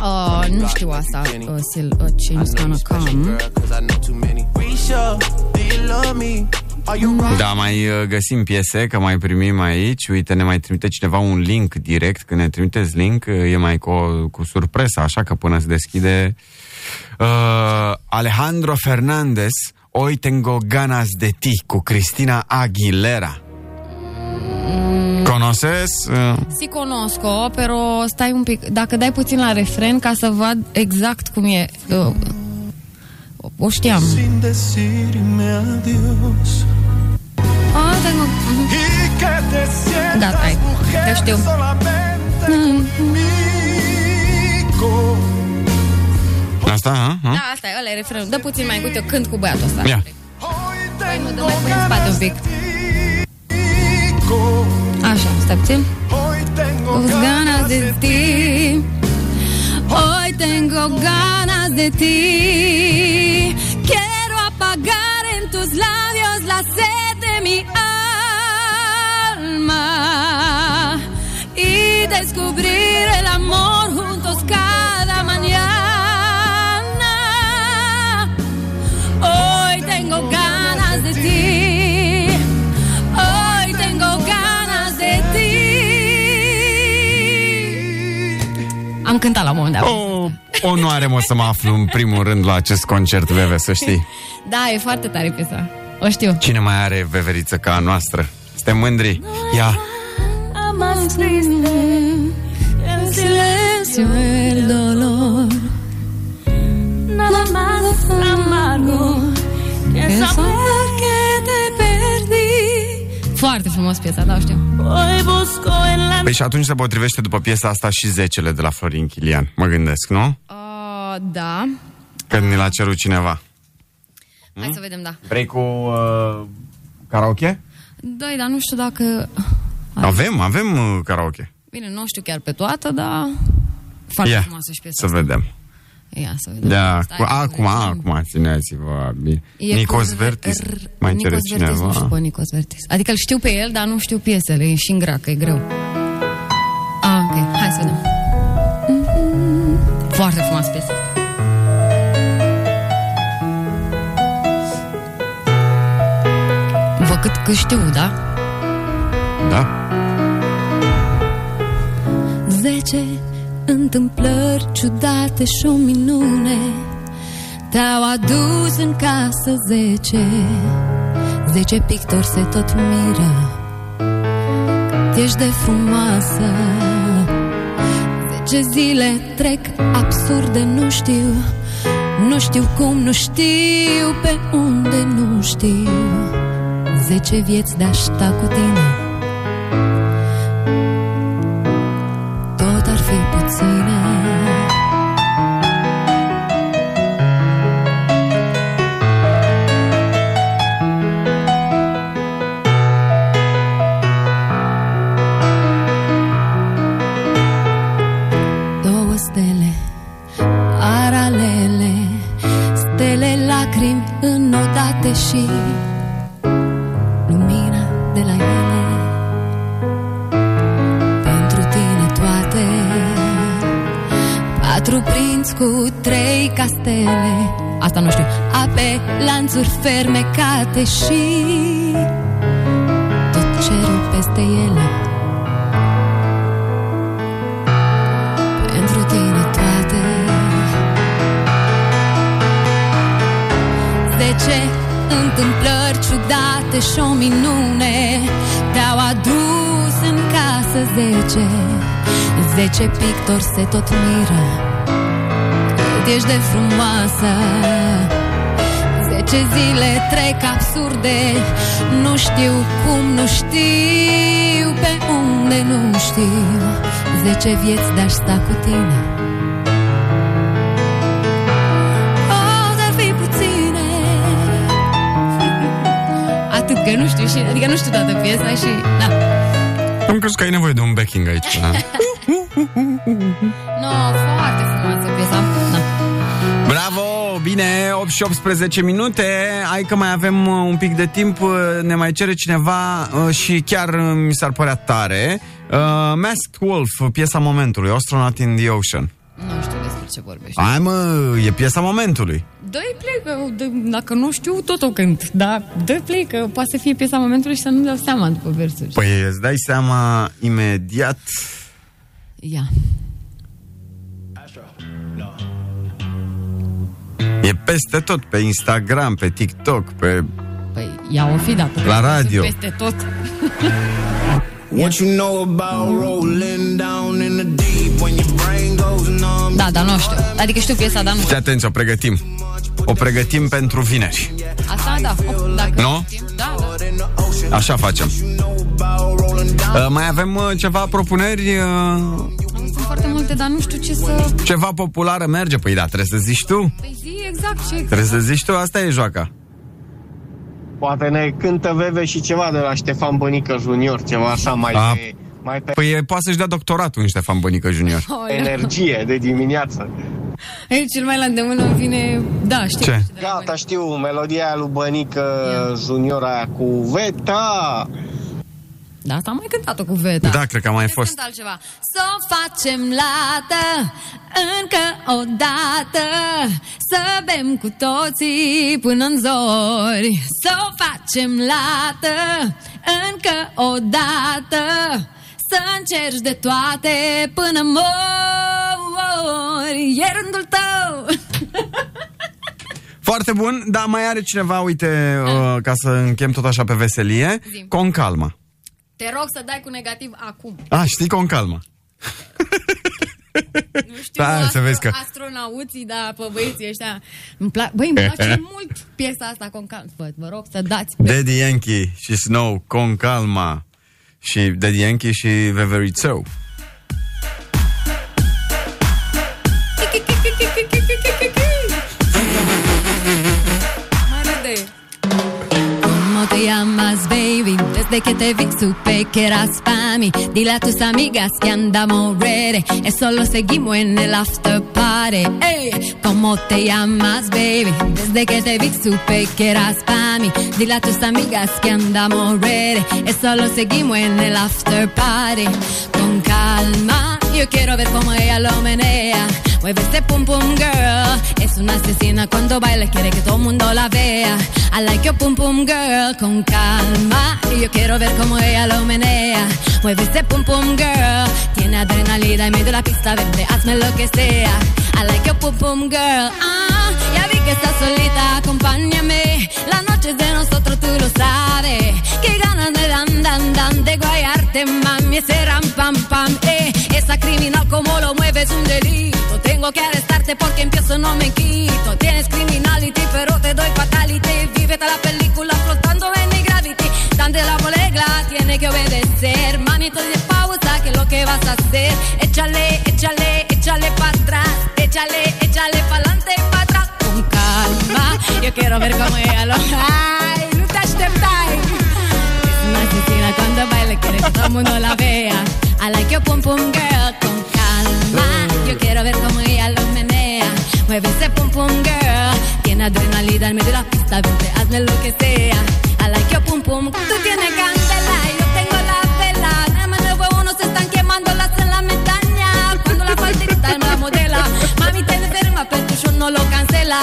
Uh, nu știu asta, uh, Sil, uh, change is gonna come.
Cause I know too many. Risha, do you love me? Are you right?
Da, mai uh, găsim piese, că mai primim aici. Uite, ne mai trimite cineva un link direct. Când ne trimiteți link, uh, e mai cu, cu surpresă, așa că până se deschide... Uh, Alejandro Fernandez, Hoy tengo ganas de ti, cu Cristina Aguilera. Conoces? Uh,
Si cunosco, pero stai un pic, dacă dai puțin la refren ca să vad exact cum e. Uh, o știam.
Sin decirme adiós.
Ah, tengo...
Y que te
Da,
Gata, hai.
sientas
Te știu.
mujer solamente conmigo.
asta, ha?
Da,
ha?
asta e, ăla e refrenul. Dă puțin mai, uite, eu cânt cu băiatul ăsta.
Ia.
Păi nu, dă mai pune în spate un pic. Așa, stai puțin.
Hoy tengo
Os ganas de ti. Hoy tengo ganas de ti. Quiero apagar en tus labios la sed de mi alma y descubrir el amor juntos cada mañana. Hoy tengo ganas de ti. Hoy tengo ganas de ti. Am cântat la un moment dat.
O onoare mă să mă aflu în primul rând la acest concert, Veve, să știi.
Da, e foarte tare piesa. O știu.
Cine mai are veveriță ca a noastră? Suntem mândri. Ia,
Más triste, el silencio, el dolor. Nada más amargo que saber que te perdí. Foarte frumos piesa, da, o știu. Hoy busco en la...
păi și atunci se potrivește după piesa asta și zecele de la Florin Chilian, mă gândesc, nu?
Uh, da,
Că ni l-a cerut cineva.
hai să vedem, da.
Vrei cu uh, karaoke?
Da, dar nu știu dacă...
Avem, avem uh, karaoke.
Bine, nu o știu chiar pe toată, dar... Foarte
Ia,
frumoasă și piesa
Să vedem.
Ia să vedem.
Da,
Stai
cu,
că
acum, acum, țineți-vă bine.
E
Nicos
cu-
Vertis,
r-
mai
Nicos
cere
Vertis, Nu știu pe
cineva.
Nicos Vertis. Adică îl știu pe el, dar nu știu piesele. E și în greacă, e greu. Ah, ok. Hai să vedem. Mm-hmm. Foarte frumoasă piesă. Vă cât, cât știu, da?
Da?
Zece întâmplări ciudate și o minune Te-au adus în casă zece Zece pictori se tot miră Cât ești de frumoasă Zece zile trec absurde, nu știu Nu știu cum, nu știu pe unde, nu știu Zece vieți de-aș sta cu tine tot ar fi puține. Două stele paralele, stele lacrimi înodate și lumina de la ele pentru tine toate Patru prinți cu trei castele Asta nu știu Ape, lanțuri fermecate și Tot cerul peste ele Pentru tine toate Zece întâmplări ciudate și o minune Te-au adus în casă zece Zece pictori se tot miră Cât ești de frumoasă Zece zile trec absurde Nu știu cum, nu știu Pe unde, nu știu Zece vieți de-aș sta cu tine Oh, dar fi puține Atât că nu știu și, adică nu știu toată piesa și, da.
Am crezut că ai nevoie de un backing aici. Da?
No, foarte frumoasă piesa. Da.
Bravo! Bine, 8 și 18 minute. Hai că mai avem uh, un pic de timp. uh, Ne mai cere cineva uh, și chiar uh, mi s-ar părea tare. Uh, Masked Wolf, uh, piesa momentului, Astronaut in the Ocean.
Nu știu despre ce vorbești.
Hai mă, e piesa momentului.
Dă-i play, că dă, dacă nu știu, tot o cânt. Dar dă play, că poate să fie piesa momentului și să nu dau seama după versuri.
Păi îți dai seama imediat.
Ia.
E peste tot, pe Instagram, pe TikTok, pe...
Păi ia o fi dată.
La radio.
Peste tot.
What you know about rolling down in the deep when your brain goes numb.
Da, dar nu știu. Adică știu piesa, dar nu.
Fii atenți, o pregătim. O pregătim pentru vineri.
Asta, da. O, dacă
Nu?
Da, da.
Așa facem. Uh, mai avem uh, ceva propuneri? Uh,
Sunt foarte multe, dar nu știu ce să...
Ceva populară merge? Păi da, trebuie să zici tu.
Păi zi exact ce...
Trebuie să zici tu, asta e joaca.
Poate ne cântă Veve și ceva de la Ștefan Bănică Junior, ceva așa mai
A,
de
mai pe
Păi e, poate să-și dea doctoratul în Ștefan Bănică Junior.
Aoleu.
energie de dimineață.
Aici cel mai la îndemână îmi vine... Da, știu.
Ce?
Gata, știu, melodia lui Bănică Junior aia cu Veta.
Da, asta am mai cântat-o cu Veta.
Da, cred că a mai fost.
Cânt altceva. Să o facem lată, încă o dată, să bem cu toții până în zori. Să o facem lată, încă o dată, să încerci de toate până mori. E rândul tău!
Foarte bun, dar mai are cineva, uite, uh, ca să închem tot așa pe veselie,
Zi.
con calma.
Te rog să dai cu negativ acum.
A, știi con calma.
Nu știu,
Da,
astro-
să vezi că-
astronauții, da, pe băieții ăștia. Îmi pla- Băi, îmi place mult piesa asta con calm. Vă, vă rog să dați
Da.
pe...
Daddy Yankee și Snow, con calma. Și Daddy Yankee și Veverițeu.
Mă râde. ¿Cómo te llamas, baby? Desde que te vi supe que eras para mí. Dile a tus amigas que andamos ready. Eso lo seguimos en el after party. Ey, ¿Cómo te llamas, baby? Desde que te vi supe que eras para mí. Dile a tus amigas que andamos ready. Eso lo seguimos en el after party. Con calma, yo quiero ver cómo ella lo menea. Mueve ese pum pum girl. Es una asesina cuando baila, quiere que todo el mundo la vea. I like your pum pum girl con calma. Y yo quiero ver cómo ella lo menea. Mueve ese pum pum girl. Tiene adrenalina en medio de la pista, vente, hazme lo que sea. I like your pum pum girl. Ah, ya vi que estás solita, acompáñame. La noche es de nosotros, tú lo sabes. Qué ganas me dan, dan, dan de guayarte, mami. Ese ram, pam, pam, eh. Esa criminal como lo mueves un delito. Tengo que arrestarte porque empiezo, no me quito. Tienes criminality, pero te doy fatality. Vívete la película flotando en mi gravity. Dante la bolega, tiene que obedecer. Mami, entonces pausa, que lo que vas a hacer. Échale, échale, échale para atrás. Échale, échale para adelante, para atrás. Con calma, yo quiero ver cómo ella lo. ¡Ay, no te time! Es una asesina cuando baila, quiere que todo el mundo la vea. I like your pum pum girl con calma. Yo quiero ver cómo ella lo menea. Mueve ese pum pum girl. Tiene adrenalina en medio de la pista, vente, hazme lo que sea. I like your pum pum. Tú tienes candela, yo tengo la vela. Nada más los huevos no se están quemando las en la montaña. Cuando la falta en la modela. Mami, te enferma, pero tu show no lo cancela.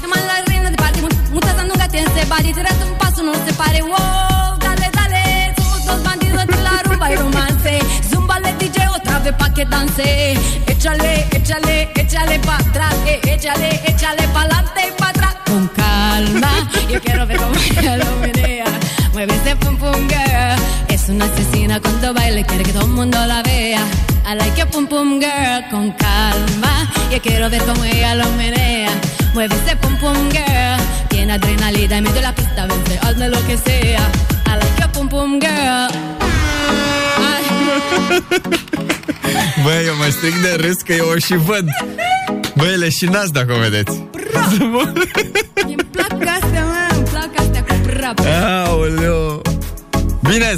Además, la reina de party, mu- muchas nunca tienen se party. Tírate un paso, no se pare, wow. Dale, dale, somos dos bandidos entre la rumba y romance. Zúmbale, DJ, otra vez pa' que dance. Échale, échale, échale pa' atrás. eh, Échale, échale pa' adelante y pa' atrás. Con calma, yo quiero ver cómo ella lo menea. Mueve ese pum pum girl. Es una asesina cuando baila, y quiere que todo el mundo la vea. I like your pum pum girl con calma. Yo quiero ver cómo ella lo menea. Mueve ese pum pum girl. Tiene adrenalina y medio de la pista, vente, hazme lo que sea. I like your pum pum girl.
Băi, eu mă stric de râs că eu o și văd. Băi, le și nas dacă o vedeți.
Îmi plac astea, mă, îmi plac astea cu rap.
Eh. Aoleu. Bine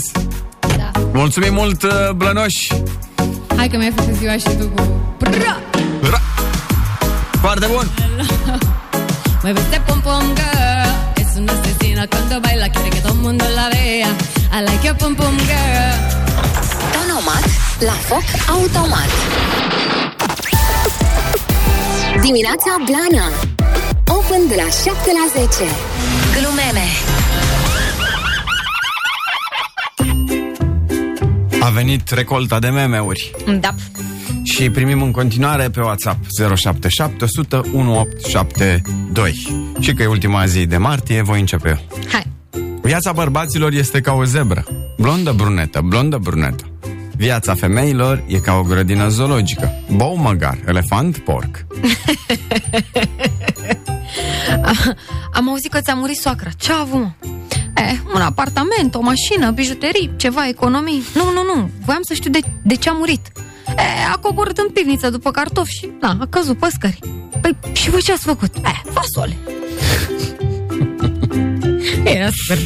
Da.
Mulțumim mult, uh, Blănoși.
Hai că mi-ai făcut ziua și tu cu rap.
Ra- Foarte bun.
Mueve este pom pom girl. Es una asesina cuando baila, quiere que todo el mundo la vea. I like your pom pom girl.
Tonomat la foc automat. Dimineața Blana. Open de la 7 la 10. Glumeme.
A venit recolta de meme-uri.
Da.
Și primim în continuare pe WhatsApp 077 1872. Și că e ultima zi de martie, voi începe eu.
Hai.
Viața bărbaților este ca o zebră. Blondă brunetă, blondă brunetă. Viața femeilor e ca o grădină zoologică. Bou măgar, elefant, porc.
Am auzit că ți-a murit soacra. Ce a avut, mă? Eh, un apartament, o mașină, bijuterii, ceva, economii. Nu, nu, nu. Voiam să știu de, de ce a murit. Eh, a coborât în pivniță după cartofi și, na, a căzut pe scări. Păi, și voi ce ați făcut? Eh, fasole. Era super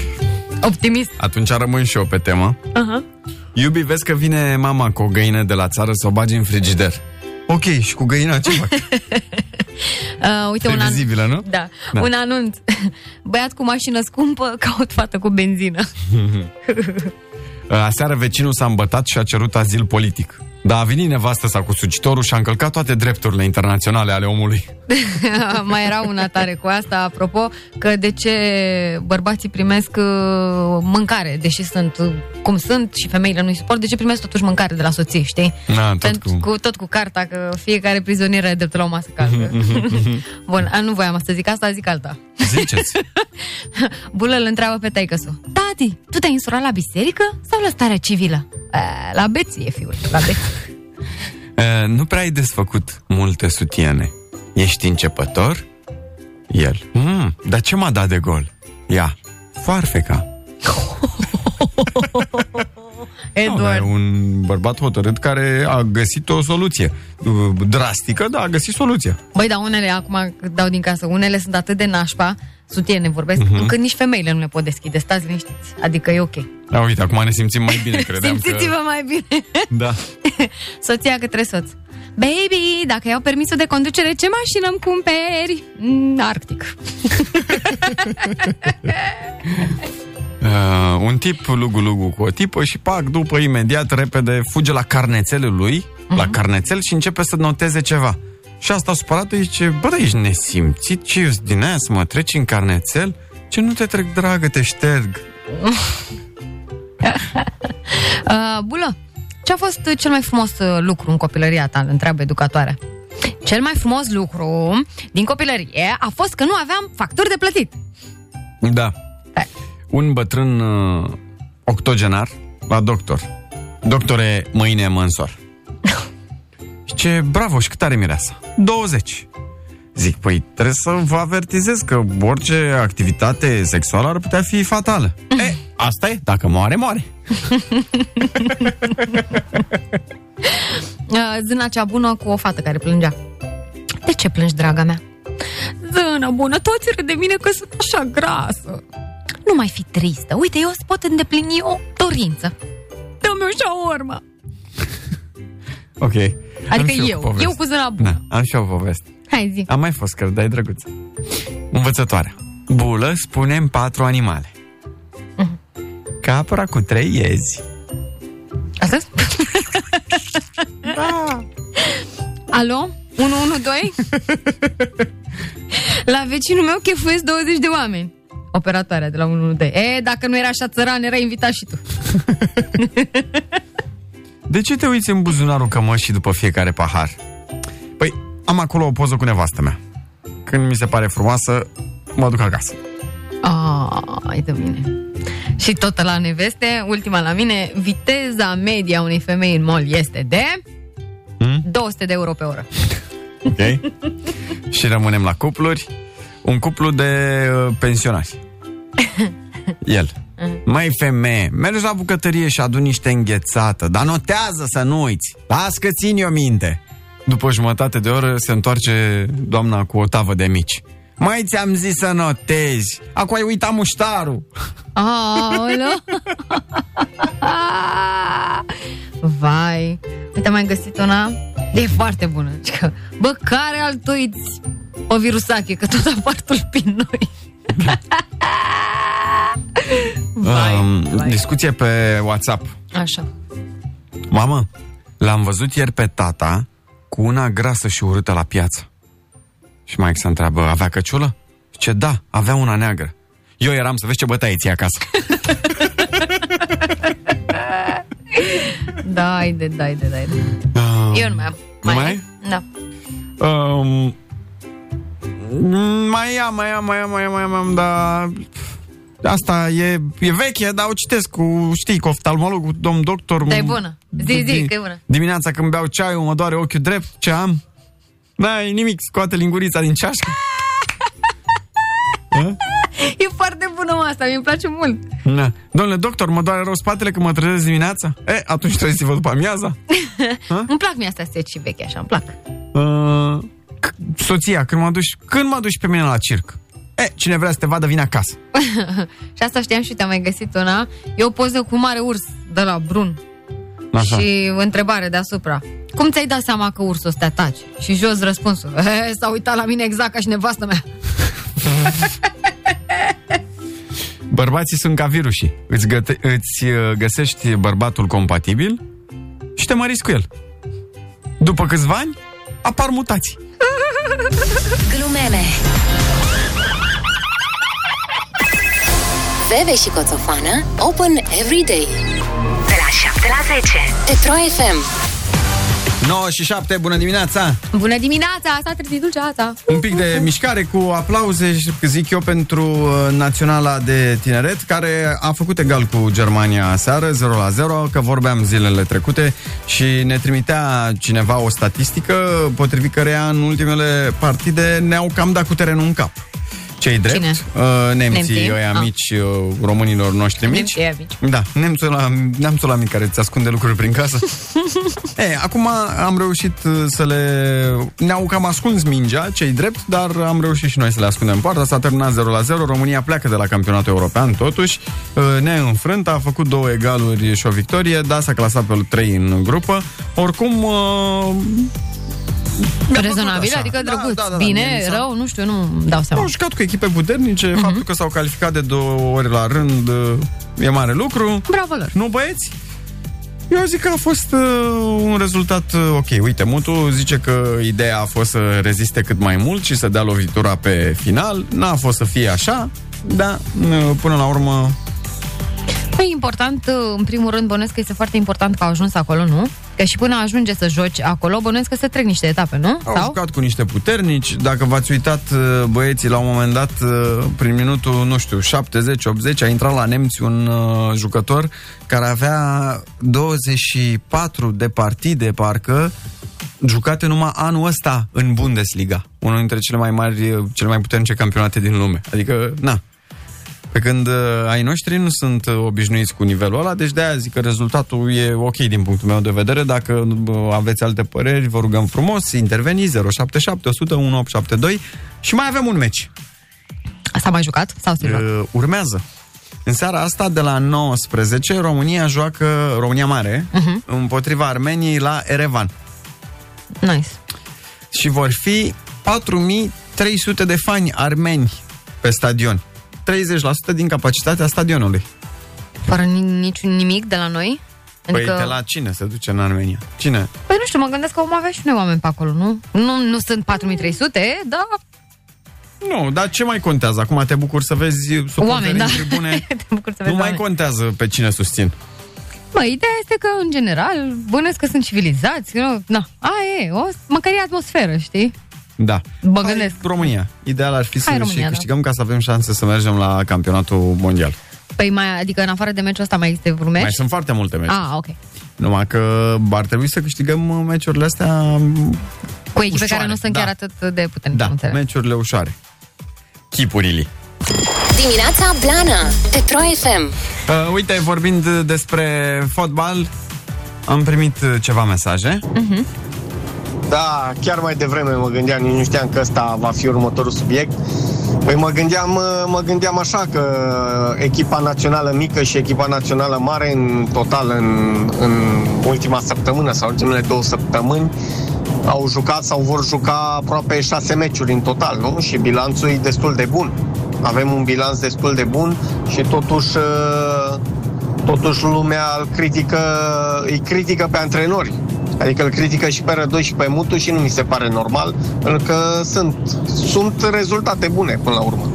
optimist.
Atunci rămân și eu pe temă.
Uh-huh.
Iubi, vezi că vine mama cu o găină de la țară să o bagi în frigider. Ok, și cu găina ce fac?
Uh, uite, un an...
Previzibilă, nu?
Da.
Da.
da. Un anunț. Băiat cu mașină scumpă, caut fată cu benzină.
Ă, Aseară vecinul s-a îmbătat și a cerut azil politic. Dar a venit nevastă sa cu sucitorul și a încălcat toate drepturile internaționale ale omului.
Mai era una tare cu asta, apropo, că de ce bărbații primesc uh, mâncare, deși sunt uh, cum sunt și femeile nu-i suport, de ce primesc totuși mâncare de la soție, știi?
Na, Da, tot
Pentru-
cu-
cu, tot cu carta, că fiecare prizonier are dreptul la o masă caldă.
Mhm,
Bun, a, nu voiam să zic asta, zic alta.
Ziceți.
Bulă îl întreabă pe taicăsu. Tati, tu te-ai însurat la biserică sau la starea civilă? "E, La beție, fiul, la beție.
E, ă, nu prea ai desfăcut multe sutiene. Ești începător? El. Mm, dar ce m-a dat de gol? Ea. Foarfeca. Nu, dar e
Edward.
un bărbat hotărât care a găsit o soluție. Uh, Drastică, dar a găsit soluția.
Băi, dar unele, acum cât dau din casă, unele sunt atât de nașpa, sutiene vorbesc,
Mhm.
uh-huh. încât nici femeile nu le pot deschide. Stați liniștiți, adică e ok.
Da, uite, acum ne simțim mai bine, credeam
Simțiți-vă
că...
mai bine.
Da.
Soția către soț. Baby, dacă iau permisul de conducere, ce mașină îmi cumperi? Mm, Arctic.
Uh, un tip lugu-lugu cu o tipă și pac, după imediat, repede, fuge la carnețelul lui, uh-huh. la carnețel și începe să noteze ceva. Și asta supărată îi zice, bă, dar ești nesimțit, ce ești din aia să mă treci în carnețel? Ce nu te trec, dragă, te șterg.
Uh, Bulă, ce a fost uh, cel mai frumos uh, lucru în copilăria ta? Îl Întreabă educatoarea. Cel mai frumos lucru din copilărie a fost că nu aveam facturi de plătit.
Da. Un bătrân uh, octogenar la doctor. Doctore, mâine mă însor. Și ce bravo și cât are mireasa? 20. Zic, păi trebuie să vă avertizez că orice activitate sexuală ar putea fi fatală. e, Eh, asta e, dacă moare, moare.
Uh, Zâna cea bună cu o fată care plângea. De ce plângi, draga mea? Zâna bună, toți râd de mine că sunt așa grasă. Nu mai fi tristă. Uite, eu îți pot îndeplini o dorință. Dă-mi o șaormă.
Ok. Am
Adică
și
eu.
poveste.
Eu cu zâna bună.
Da, am și o poveste.
Hai zi.
Am mai fost că dai drăguță. Învățătoarea. Bulă, spunem patru animale. Capra cu trei iezi.
Asta? da. Alo? 112? La vecinul meu chefuiesc 20 de oameni. Operatoarea de la 112. E, dacă nu era așa țăran, era invitat și tu.
De ce te uiți în buzunarul cămășii după fiecare pahar? Păi, am acolo o poză cu nevastă mea. Când mi se pare frumoasă, mă duc acasă.
Ai Ah, de bine. Și tot la neveste, ultima la mine, viteza media unei femei în mall este de...
Hmm?
200 de euro pe oră.
Ok? și rămânem la cupluri. Un cuplu de uh, pensionari. El.
Mm.
Mai femeie, mergi la bucătărie și aduni niște înghețată, dar notează să nu uiți. Las că țin eu minte. După jumătate de oră se întoarce doamna cu o tavă de mici. Mai ți-am zis să notezi. Acum ai uitat muștarul.
Aoleu! Vai! Uite, am mai găsit una. E foarte bună. Zică, Bă, care altoiți o virusache, că tot apartul prin noi. Vai,
um, Discuție pe WhatsApp.
Așa.
Mamă, l-am văzut ieri pe tata cu una grasă și urâtă la piață. Și mai se întreabă, avea căciulă? Ce da, avea una neagră. Eu eram să vezi ce bătaie ție acasă.
Dai de, dai de, dai de.
Um,
Eu nu mai am.
nu mai ai?
Da.
Um, Mm, mai am, mai am, mai am, mai am, mai am, dar... Asta e, e veche, dar o citesc cu, știi, cu oftalmologul, domn doctor.
Dar e
m-
bună. Zi, zi, că e bună.
Dimineața când beau ceaiul, mă doare ochiul drept, ce am? N-ai nimic, scoate lingurița din ceașcă.
E foarte bună mă, asta, mi-mi place mult.
Na. Da. Domnule doctor, mă doare rău spatele când mă trezesc dimineața? E, atunci treziți-vă după amiaza.
Îmi plac mie astea seci și vechi, așa, îmi plac.
Uh, c- soția, când mă duci, când mă duci pe mine la circ? E, cine vrea să te vadă, vine acasă.
și asta știam și te-am mai găsit una. E o poză cu mare urs de la Brun.
Așa.
Și întrebare deasupra. Cum ți-ai dat seama că ursul ăsta te ataci? Și jos răspunsul. "Eh, S-a uitat la mine exact ca și nevastă mea.
Bărbații sunt ca virusii. Îți, găte- îți uh, găsești bărbatul compatibil și te măriți cu el. După câțiva ani, apar mutații.
Glumeme Veve și Coțofană Open every day De la 7 la 10 Petro FM
9 și 7, bună dimineața!
Bună dimineața, s-a trezit dulceața.
Un pic de mișcare cu aplauze, și, zic eu, pentru uh, Naționala de Tineret, care a făcut egal cu Germania aseară, 0 la 0, că vorbeam zilele trecute și ne trimitea cineva o statistică potrivit căreia în ultimele partide ne-au cam dat cu terenul în cap. Cei drept,
Cine?
Uh, nemții,
Nemții?
nemții? ăia
Ah.
mici, uh, românilor noștri mici.
Nemții ăia mici.
Da, nemțul la, nemțul la mic care îți ascunde lucruri prin casă. e, acum am reușit uh, să le... Ne-au cam ascuns mingea, cei drept, dar am reușit și noi să le ascundem poarta. S-a terminat 0 la 0, România pleacă de la campionatul european, totuși. Uh, Ne-a înfrânt, a făcut două egaluri și o victorie, da, s-a clasat pe 3 în grupă. Oricum, uh,
Rezonabil,
așa.
adică drăguț.
da, da, mie mi
Bine,
s-a-
rău, nu știu, nu dau seama.
au jucat cu echipe puternice, faptul că s-au calificat de două ori la rând uh, e mare lucru.
Bravo lor!
Nu, băieți? Eu zic că a fost uh, un rezultat uh, ok. Uite, Mutu zice că ideea a fost să reziste cât mai mult și să dea lovitura pe final. N-a fost să fie așa, dar uh, până la urmă...
Păi important, în primul rând, bănuiesc că este foarte important că au ajuns acolo, nu? Că și până ajunge să joci acolo, bănuiesc că se trec niște etape, nu?
Au Sau? jucat cu niște puternici. Dacă v-ați uitat, uh, băieții, la un moment dat, uh, prin minutul, nu știu, 70-80, a intrat la nemți un uh, jucător care avea 24 de partide, parcă, jucate numai anul ăsta în Bundesliga. Unul dintre cele mai mari, uh, cele mai puternice campionate din lume. Adică, na, pe când uh, ai noștri nu sunt uh, obișnuiți cu nivelul ăla, deci de-aia zic că rezultatul e ok din punctul meu de vedere. Dacă uh, aveți alte păreri, vă rugăm frumos, interveniți 077 100 1872 și mai avem un meci.
S-a mai jucat? Sau se joacă?
Uh, urmează. În seara asta, de la 19, România joacă, România Mare, uh-huh. împotriva Armeniei la Erevan.
Nice.
Și vor fi 4300 de fani armeni pe stadion. 30% din capacitatea stadionului.
Fără ni- niciun nimic de la noi?
Păi
Adică-
de la cine se duce în Armenia? Cine?
Păi nu știu, mă gândesc că vom avea și noi oameni pe acolo, nu? Nu, nu sunt 4300, dar
Nu, dar ce mai contează? Acum te bucur să vezi suporterii
oameni, da.
în tribune.
Te bucur să
nu
vezi
mai
oameni.
contează pe cine susțin.
Mă, ideea este că, în general, bănesc că sunt civilizați, nu? Na, a, e, o, măcar e atmosferă, știi?
Da.
Mă gândesc.
România. Ideal ar fi să
Hai,
România, și
România, da.
câștigăm ca să avem șanse să mergem la campionatul mondial.
Păi mai, adică în afară de meciul ăsta mai este vreun meci?
Mai sunt foarte multe meciuri.
Ah, ok.
Numai că ar trebui să câștigăm meciurile astea
Cu echipe
Ușoare,
Păi care nu sunt
da.
chiar atât de puternice.
Da, meciurile ușoare. Chipurile.
Dimineața Blana Petro FM
Uh, uite, vorbind despre fotbal, am primit uh, ceva mesaje.
Da, chiar mai devreme mă gândeam, nici nu știam că ăsta va fi următorul subiect. Păi mă gândeam, mă gândeam așa că echipa națională mică și echipa națională mare în total în, în ultima săptămână sau ultimele două săptămâni au jucat sau vor juca aproape șase meciuri în total, nu? Și bilanțul e destul de bun. Avem un bilanț destul de bun și totuși uh, totuși lumea îl critică, îi critică pe antrenori. Adică îl critică și pe Rădoi și pe Mutu și nu mi se pare normal, pentru că sunt, sunt rezultate bune până la urmă.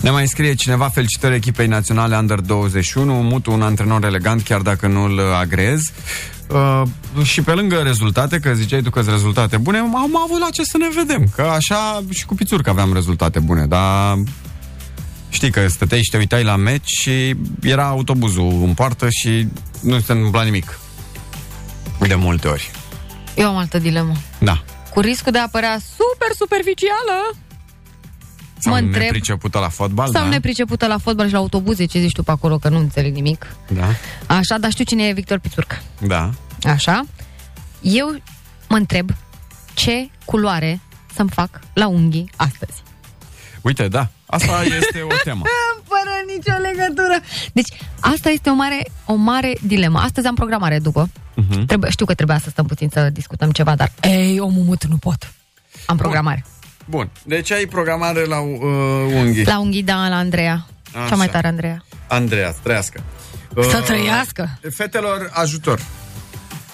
Ne mai scrie cineva felicitări echipei naționale Under 21, Mutu un antrenor elegant chiar dacă nu-l agrez. Uh, și pe lângă rezultate, că ziceai tu că rezultate bune, am avut la ce să ne vedem, că așa și cu pițurcă aveam rezultate bune, dar știi că stăteai și te uitai la meci și era autobuzul în poartă și nu se întâmpla nimic. De multe ori.
Eu am altă dilemă.
Da.
Cu riscul de a părea super superficială
Sau
Mă întreb-
nepricepută la fotbal,
sau
da?
nepricepută la fotbal și la autobuze, ce zici tu pe acolo, că nu înțeleg nimic.
Da,
Așa, dar știu cine e Victor Pițurcă.
da.
Așa. Eu mă întreb ce culoare să-mi fac la unghii astăzi.
Uite, da, asta este o temă.
Bă, fără nicio legătură. Deci asta este o mare, o mare dilemă. Astăzi am programare după.
Mhm.
Uh-huh. Trebuie, știu că trebuia să stăm puțin să discutăm ceva, dar ei, omul mut, nu pot. Am programare.
Bun. Deci ai programare la uh, unghii.
La unghii, da, la Andreea.
Așa.
Cea mai tare, Andreea.
Andreea, să trăiască.
Să
Uh,
trăiască!
Fetelor, ajutor.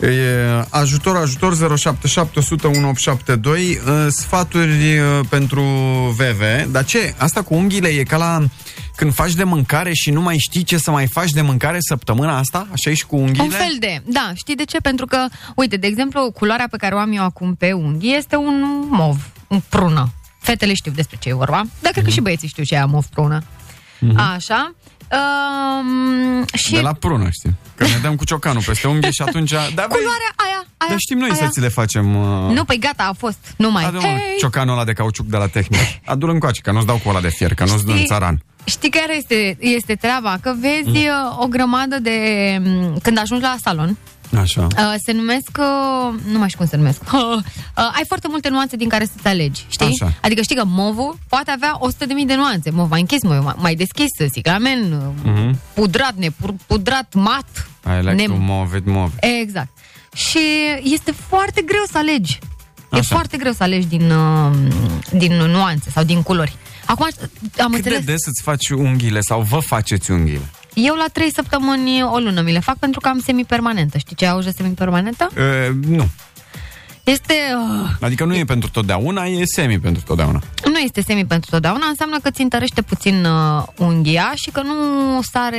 E, ajutor, ajutor 077 100 1872 uh, Sfaturi uh, pentru VV Dar ce? Asta cu unghiile e ca la când faci de mâncare și nu mai știi ce să mai faci de mâncare săptămâna asta? Așa e și cu unghiile?
Un fel de, da, știi de ce? Pentru că, uite, de exemplu, culoarea pe care o am eu acum pe unghii este un mov, un prună. Fetele știu despre ce e vorba, dar
Mhm.
cred că și băieții știu ce e aia mov prună. Așa. Um, și
De la prună, știi? Că ne dăm cu ciocanul peste unghii și atunci... Dar, băi,
culoarea aia, aia,
dar știm noi să ți le facem... uh,
Nu, păi gata, a fost. Nu mai.
Adu-mă ciocanul ăla de cauciuc de la tehnic. Adu-l încoace, că nu-ți dau cu ăla de fier, că nu-ți dă în
Știi?
țaran. Mhm.
Știi care este, este treaba? Că vezi mm. o grămadă de... m, Când ajungi la salon,
Așa.
Uh, se numesc, uh, nu mai știu cum se numesc, uh, uh, ai foarte multe nuanțe din care să-ți alegi, știi?
Așa.
Adică știi că movul poate avea 100.000 de nuanțe. Mov mai închis, mov mai- mai deschis, sigamen, uh,
Mhm.
pudrat, nepur- pudrat, mat.
I like
Nem-
to move it, move it.
Exact. Și este foarte greu să alegi. E
Așa.
foarte greu să alegi din, uh, din nuanțe sau din culori. Acum am
Cât de
înțeles,
des îți faci unghiile sau vă faceți unghiile?
eu la 3 săptămâni o lună mi le fac pentru că am semipermanentă. Știi ce auză semipermanentă?
E, nu.
Este... Uh,
Adică nu e pentru totdeauna, e semi pentru totdeauna.
Nu este semi pentru totdeauna, înseamnă că ți întărește puțin uh, unghia și că nu sare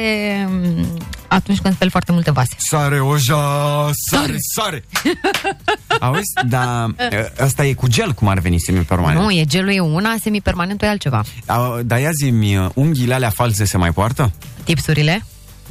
mm, atunci când speli foarte multe vase.
Sare oja, sare, sare! Auzi? Dar e, asta e cu gel, cum ar veni semipermanent.
Nu, e gelul e una, semipermanentul e altceva.
A, Dar ia zi-mi, unghiile alea false se mai poartă?
Tipsurile?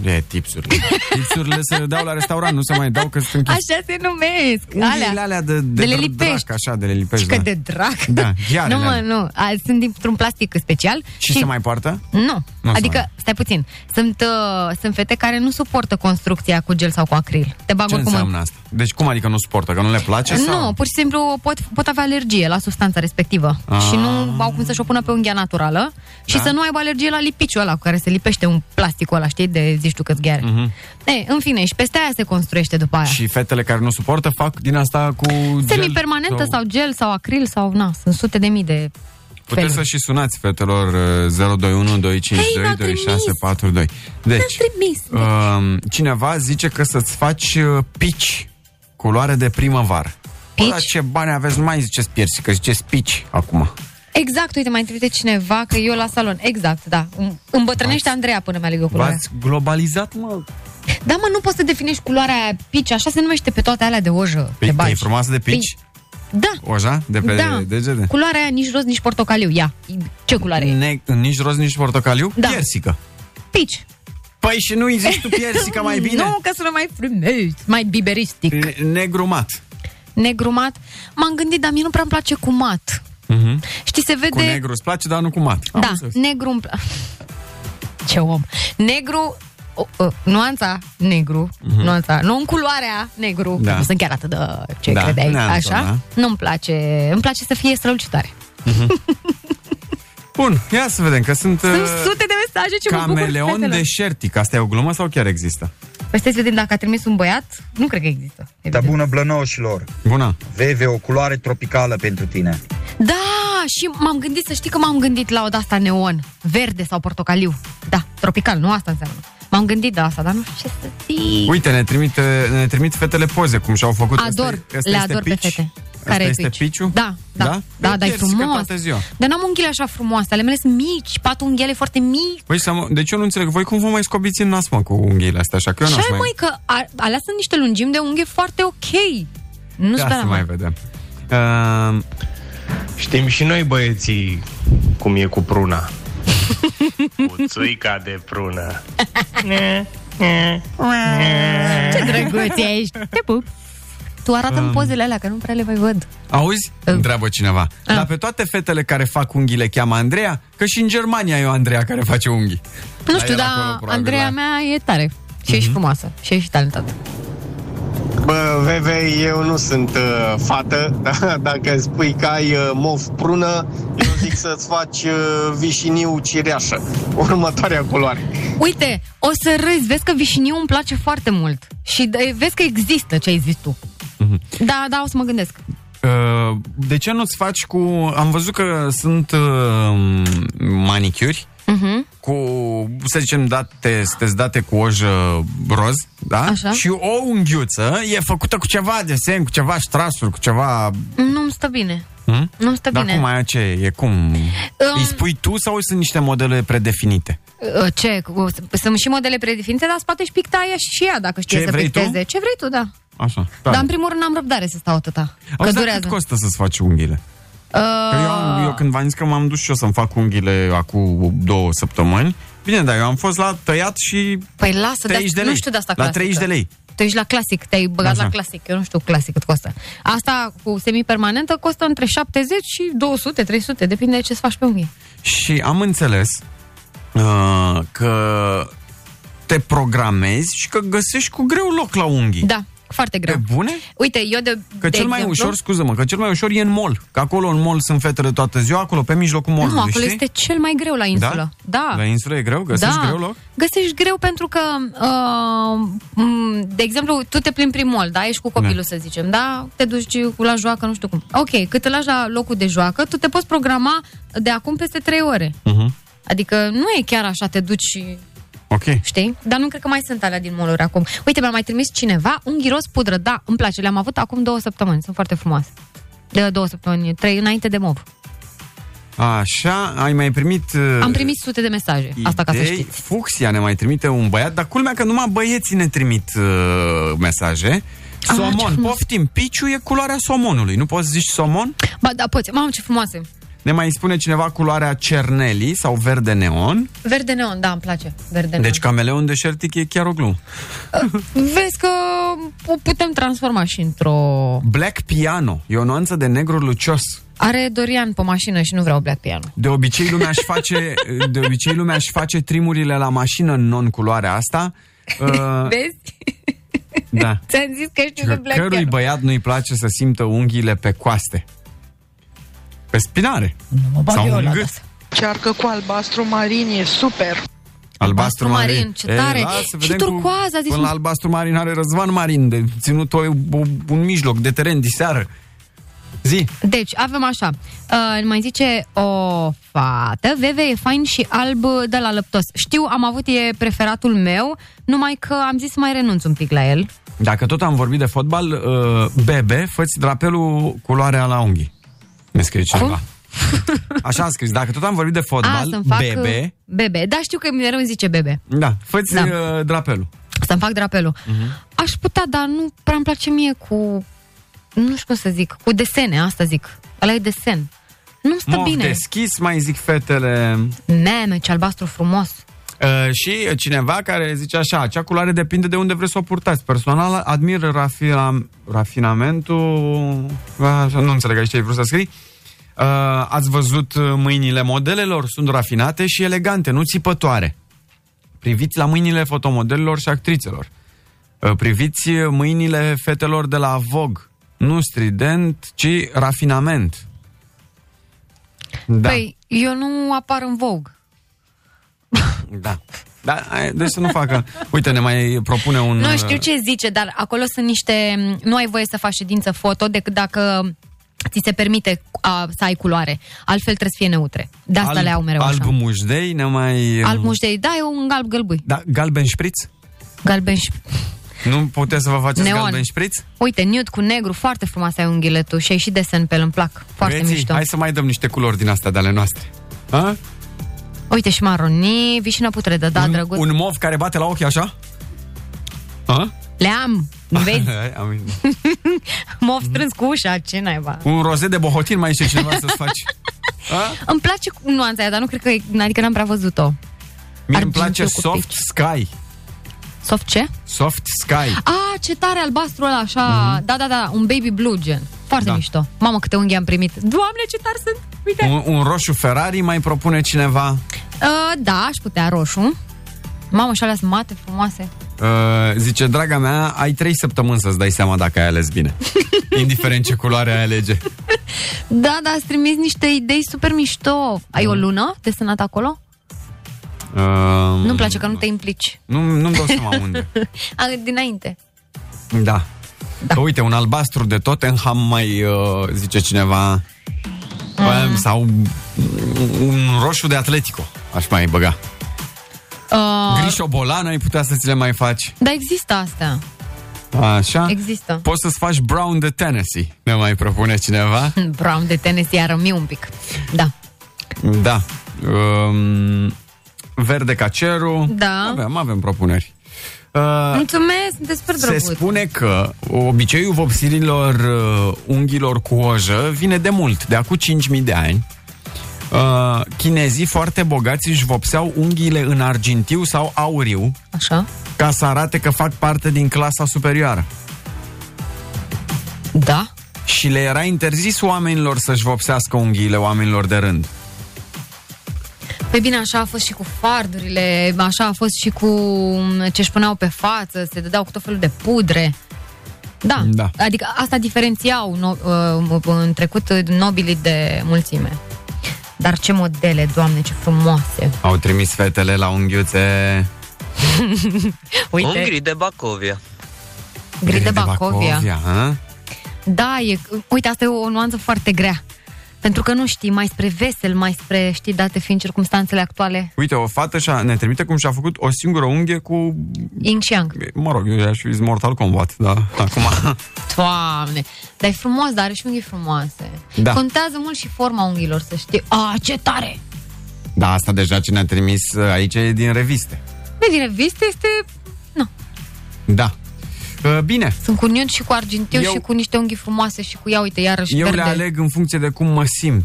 E, tipsurile. Tipsurile se dau la restaurant, nu se mai dau că sunt închise.
Așa se numesc.
Unghiile alea de, de,
de le
dr-
lipești.
Drac, așa, de le lipești.
Și că
da.
de drag.
Da, ghiarele
nu, mă,
alea.
nu. A, sunt dintr-un plastic special.
Și, se mai poartă?
Nu.
Nu se
adică,
mai-
stai puțin. Sunt, uh, sunt fete care nu suportă construcția cu gel sau cu acril. Te bag
Ce
oricum în
înseamnă asta? Deci cum adică nu suportă? Că nu le place? sau?
Nu, păi pur și simplu pot, pot avea alergie la substanța respectivă
Ah.
și nu au cum să-și o pună pe unghia naturală și
Da.
să nu aibă alergie la lipiciul ăla cu care se lipește un plasticul ăla, știi, de zici tu că-ți gheare. Mm-hmm. Ei, în fine, și peste aia se construiește după aia.
Mhm. Și fetele care nu suportă fac din asta cu gel
Semipermanentă sau... sau gel sau acril sau na, sunt sute de mii de
Puteți
feluri.
să și sunați fetelor uh, 021
Hei,
252
n-am
2642. Deci,
trimis. deci.
um, cineva zice că să-ți faci uh, pici culoare de primăvară. Pici? Bă, dar ce bani aveți, nu mai ziceți piersi, că ziceți pici acum.
Exact, uite, mai întâlnit cineva că eu la salon. Exact, da. Îmi- Îmbătrânește Andreea până mi-aleg eu culoarea.
V-ați globalizat, mă?
Da, mă, nu poți să definești culoarea aia pici, așa se numește pe toate alea de ojă.
Pici,
de bani.
e frumoasă de pici?
Da,
Oja? De pe
da.
degete?
Culoarea aia nici roz, nici portocaliu. Ia, ce culoare e?
Ne- nici roz, nici portocaliu?
Da.
Piersică.
Pici.
Păi și nu-i zici tu piersica mai bine?
nu, că sună mai frumos, mai biberistic.
Ne- Negrumat.
Negrumat. M-am gândit, dar mie nu prea îmi place cu mat.
Mhm.
Știi, se vede...
Cu negru îți place, dar nu cu mat. Am
Da,
înțeles.
negru îmi pla- Ce om. Negru, o, o, nuanța negru,
Mhm.
nuanța, nu în culoarea negru,
Da.
da. nu sunt chiar atât de ce
Da,
credeai,
ne-am
așa?
zona.
Nu-mi place, îmi place să fie strălucitoare.
Bun, ia să vedem că sunt...
Sunt
uh,
sute de mesaje ce mă bucur,
Cameleon
fetelor.
deșertic. Asta e o glumă sau chiar există?
Păi stai să vedem dacă a trimis un băiat, nu cred că există.
Da,
Dar bună blănoșilor!
Bună!
Veve, o culoare tropicală pentru tine.
Da, și m-am gândit, să știi că m-am gândit la o de-asta neon, verde sau portocaliu. Da, tropical, nu asta înseamnă. M-am gândit la asta, dar nu știu ce să zic.
Uite, ne trimit, uh, ne trimit fetele poze, cum și-au făcut.
Ador,
Asta e- asta
le
este
ador pe
pitch?
fete.
Asta
Care e
este
pitch?
piciu?
Da, da,
Da?
da, da,
Eu
dar e
piersică
frumos.
toată ziua.
Dar n-am unghiile așa frumoase, ale mele sunt mici, pat unghiale foarte mici.
Păi, să mă- deci eu nu înțeleg. Voi cum vă mai scobiți în nas, mă, cu unghiile astea așa? Că eu
Și
n-aș
ai mai că a- alea sunt niște lungimi de unghie foarte ok.
Ia Da,
Nu
să
speram.
mai vedem. Uh,
Știm și noi băieții cum e cu pruna. cu țuica de prună.
Ce drăguț ești! Te pup! Tu arată în
Um.
pozele alea, că nu prea le mai văd.
Auzi? Întreabă cineva.
Ah.
Dar pe toate fetele care fac unghiile cheamă Andreea? Că și în Germania e o Andreea care face unghii.
Nu
La
știu,
el
dar
acolo, probabil,
Andreea
la- Mhm.
mea e tare. Și ești frumoasă. Și ești talentată.
Bă, da, VV, eu nu sunt uh, fată, dar dacă îmi spui că ai uh, mov prună, eu zic să-ți faci uh, vișiniu cireașă, următoarea culoare.
Uite, o să râzi, vezi că vișiniu îmi place foarte mult. Și d- vezi că există ce ai zis tu.
Mhm.
Da, da, o să mă gândesc.
Uh, De ce nu-ți faci cu... Am văzut că sunt uh, manicuri
Uh-huh.
cu, să zicem, date, sunteți date cu ojă roz, da?
Așa.
Și o unghiuță e făcută cu ceva desen, cu ceva ștrasuri, cu ceva...
Nu-mi stă bine.
Hm?
Nu-mi stă
Dar
bine.
cum aia ce e? E cum? Îi spui tu sau sunt niște modele predefinite?
Uh, Ce? Cu- Sunt și modele predefinite, dar în spate și picta ea și ea, dacă știe
Ce
să
vrei
picteze. Ce vrei tu, da.
Așa.
Dar în primul rând am răbdare să stau atâta. că
Auzi, dar
durează. Ă,
cât costă să-ți faci unghiile? Că eu,
Ah.
am, eu când v-am zis că m-am dus și eu să-mi fac unghiile acum două săptămâni, bine, dar eu am fost la tăiat și
Păi lasă, dar
30 de lei.
nu știu de asta
La
clasică.
30 de lei.
Tu ești la clasic, te-ai băgat
Așa.
la clasic, eu nu știu clasic cât costă. Asta cu semipermanentă costă între 70 și 200, 300, depinde de ce îți faci pe unghii.
Și am înțeles uh, că te programezi și că găsești cu greu loc la unghii.
Da, foarte greu.
Pe bune?
Uite, eu de
Că
de
cel mai
exemplu,
ușor, scuză-mă, că cel mai ușor e în mall. Că acolo în mall sunt fetele toată ziua, acolo pe mijlocul mall.
Nu, acolo este cel mai greu la insulă. Da.
La insulă e greu? Găsești
da.
greu loc?
Găsești greu pentru că, uh, m, de exemplu, tu te plimbi prin mall, da? Ești cu copilul,
Da.
să zicem, da? Te duci cu la joacă, nu știu cum. Ok, cât te lași la locul de joacă, tu te poți programa de acum peste 3 ore.
Uh-huh.
Adică nu e chiar așa, te duci și...
Ok.
Știi? Dar nu cred că mai sunt alea din mall acum. Uite, mi-a mai trimis cineva un ghiros pudră. Da, îmi place. Le-am avut acum două săptămâni. Sunt foarte frumoase. De două săptămâni, trei, înainte de mov.
Așa, ai mai primit... uh,
Am primit sute de mesaje. Asta ca să
idei.
știi.
Fucsia ne mai trimite un băiat, dar culmea că numai băieții ne trimit uh, mesaje. Somon, poftim, piciu e culoarea somonului, nu poți zici somon?
Ba, da, poți. Mamă, ce frumoase.
Ne mai spune cineva culoarea cernelii sau verde neon.
Verde neon, da, îmi place. Verde neon.
Deci cameleon deșertic e chiar o glumă.
Vezi că o putem transforma și într-o...
Black piano e o nuanță de negru lucios.
Are Dorian pe mașină și nu vreau black piano.
De obicei lumea își face, de obicei lumea își face trimurile la mașină în non-culoarea asta. Uh,
Vezi?
da.
Ți-am zis că știu de
Că
black
cărui
piano.
băiat nu-i place să simtă unghiile pe coaste? Pe spinare?
bag
Sau
eu
în
la
gât?
Cearcă cu albastru marin, e super.
Albastru
marin,
marin.
ce tare.
lasă,
Și
vedem cu-
turcoaz, a zis-
Până la albastru marin are răzvan marin, de ținut o, o, un mijloc de teren de seară. Zi.
Deci, avem așa. Uh, mai zice o fată, Veve e fain și alb de la lăptos. Știu, am avut, e preferatul meu, numai că am zis să mai renunț un pic la el.
Dacă tot am vorbit de fotbal, uh, bebe, fă-ți drapelul culoarea la unghii. Ne scrie cineva. Așa am scris. Dacă tot am vorbit de
A,
fotbal,
să-mi fac... uh,
bebe,
Bebe, da, știu că mereu îmi zice bebe.
da, fă-ți
Da.
uh, drapelul.
Să-mi fac drapelul.
Mhm.
Aș putea, dar nu prea îmi place mie cu... Nu știu cum să zic. Cu desene, asta zic. Ăla e desen. Nu stă
Mov
bine.
deschis, mai zic fetele.
Meme, ce albastru frumos.
Uh, și cineva care zice așa, acea culoare depinde de unde vreți să o purtați. Personal, admir rafina, rafinamentul... Ah, Așa, nu înțeleg aici ce ai vrut să scrii. Uh, ați văzut uh, mâinile modelelor, sunt rafinate și elegante, nu țipătoare. Priviți la mâinile fotomodelelor și actrițelor. Uh, priviți uh, mâinile fetelor de la Vogue. Nu strident, ci rafinament. Da,
Păi, eu nu apar în Vogue.
da. Da, hai, deci să nu facă. Uite, ne mai propune un...
Nu știu
uh,
ce zice, dar acolo sunt niște... Nu ai voie să faci ședință foto decât dacă ți se permite a, să ai culoare. Altfel trebuie să fie neutre. De asta le au mereu
uh, alb
așa.
mușdei, ne mai... um,
Alb muștei. Da, e un galb gălbui.
Da, galben șpriț?
Galben și...
Nu puteți să vă faceți
Neon.
galben șpriț?
Uite, nude cu negru, foarte frumos ai unghiile tu și ai și desen pe el, îmi plac. Foarte
Băieții,
mișto.
Hai să mai dăm niște culori din astea de ale noastre. A?
Uite și maronii, vișină putredă, da, un, drăguț.
Un mov care bate la ochi așa? A?
Le am, vezi?
Am-
M-au strâns cu ușa, ce naiba.
un rozet de bohotin mai este cineva să-ți faci. A?
Îmi place cu nuanța aia, dar nu cred că, e- adică n-am prea văzut-o.
Mie îmi
Argintiu
place
cu
soft sky.
Soft ce?
Soft sky.
A, ce tare albastru ăla, așa, da, da, da, un baby blue gen.
Mhm.
Foarte
Da.
mișto. Mamă, câte unghii am primit. Doamne, ce tari sunt! Uite!
Un, un roșu Ferrari mai propune cineva.
Ă, Uh, da, aș putea roșu. Mamă, și alea sunt mate, frumoase.
Uh, zice, draga mea, ai trei săptămâni să-ți dai seama dacă ai ales bine. Indiferent ce culoare ai alege.
Da, dar ați trimis niște idei super mișto. Ai
Mhm.
o lună desenată acolo?
Uh,
Nu-mi place că nu te implici.
Nu, nu-mi dau seama unde.
A, Dinainte.
Da. da. Că uite, un albastru de Tottenham mai uh, zice cineva mm. sau un roșu de Atletico aș mai băga.
Uh,
Grișobolan ai putea să ți le mai faci.
dar există astea.
Așa.
Există.
Poți să-ți faci brown de Tennessee, ne mai propune cineva.
Brown de tenis iară mi un pic. Da.
Da. Um, verde ca cerul.
Da.
Avem, avem propuneri. Uh,
Mulțumesc, sunteți super
se
drăguț.
spune că obiceiul vopsirilor uh, unghilor cu ojă vine de mult, de acum 5.000 de ani. Uh, chinezii foarte bogați își vopseau unghiile în argintiu sau auriu
Așa?
ca să arate că fac parte din clasa superioară.
Da.
Și le era interzis oamenilor să-și vopsească unghiile oamenilor de rând.
Pe Păi bine, așa a fost și cu fardurile, așa a fost și cu m, ce își puneau pe față, se dădeau cu tot felul de pudre. Da,
Da.
adică asta diferențiau no, uh, în trecut nobilii de mulțime. Dar ce modele, doamne, ce frumoase!
Au trimis fetele la unghiuțe...
Uite,
Ungri de Bacovia.
Gri de Bacovia.
hă?
Da, e, uite, asta e o nuanță foarte grea. Pentru că nu știi, mai spre vesel, mai spre, știi, date fiind circumstanțele actuale,
Uite, o fată și-a, ne trimite cum și-a făcut o singură unghie cu...
Ying și Yang.
Mă rog, eu aș fi zis Mortal Kombat, dar acum...
Doamne, dar e frumos, dar are și unghii frumoase.
Da.
Contează mult și forma unghiilor, să știi. A, ce tare!
da, asta deja ce ne-a trimis uh, aici e din reviste.
Nu din revistă, este...
Da. Uh, Bine,
Sunt cu niun și cu argintiu
Eu-
și cu niște unghii frumoase și cu ea, uite, iarăși
eu
verde.
le aleg în funcție de cum mă simt.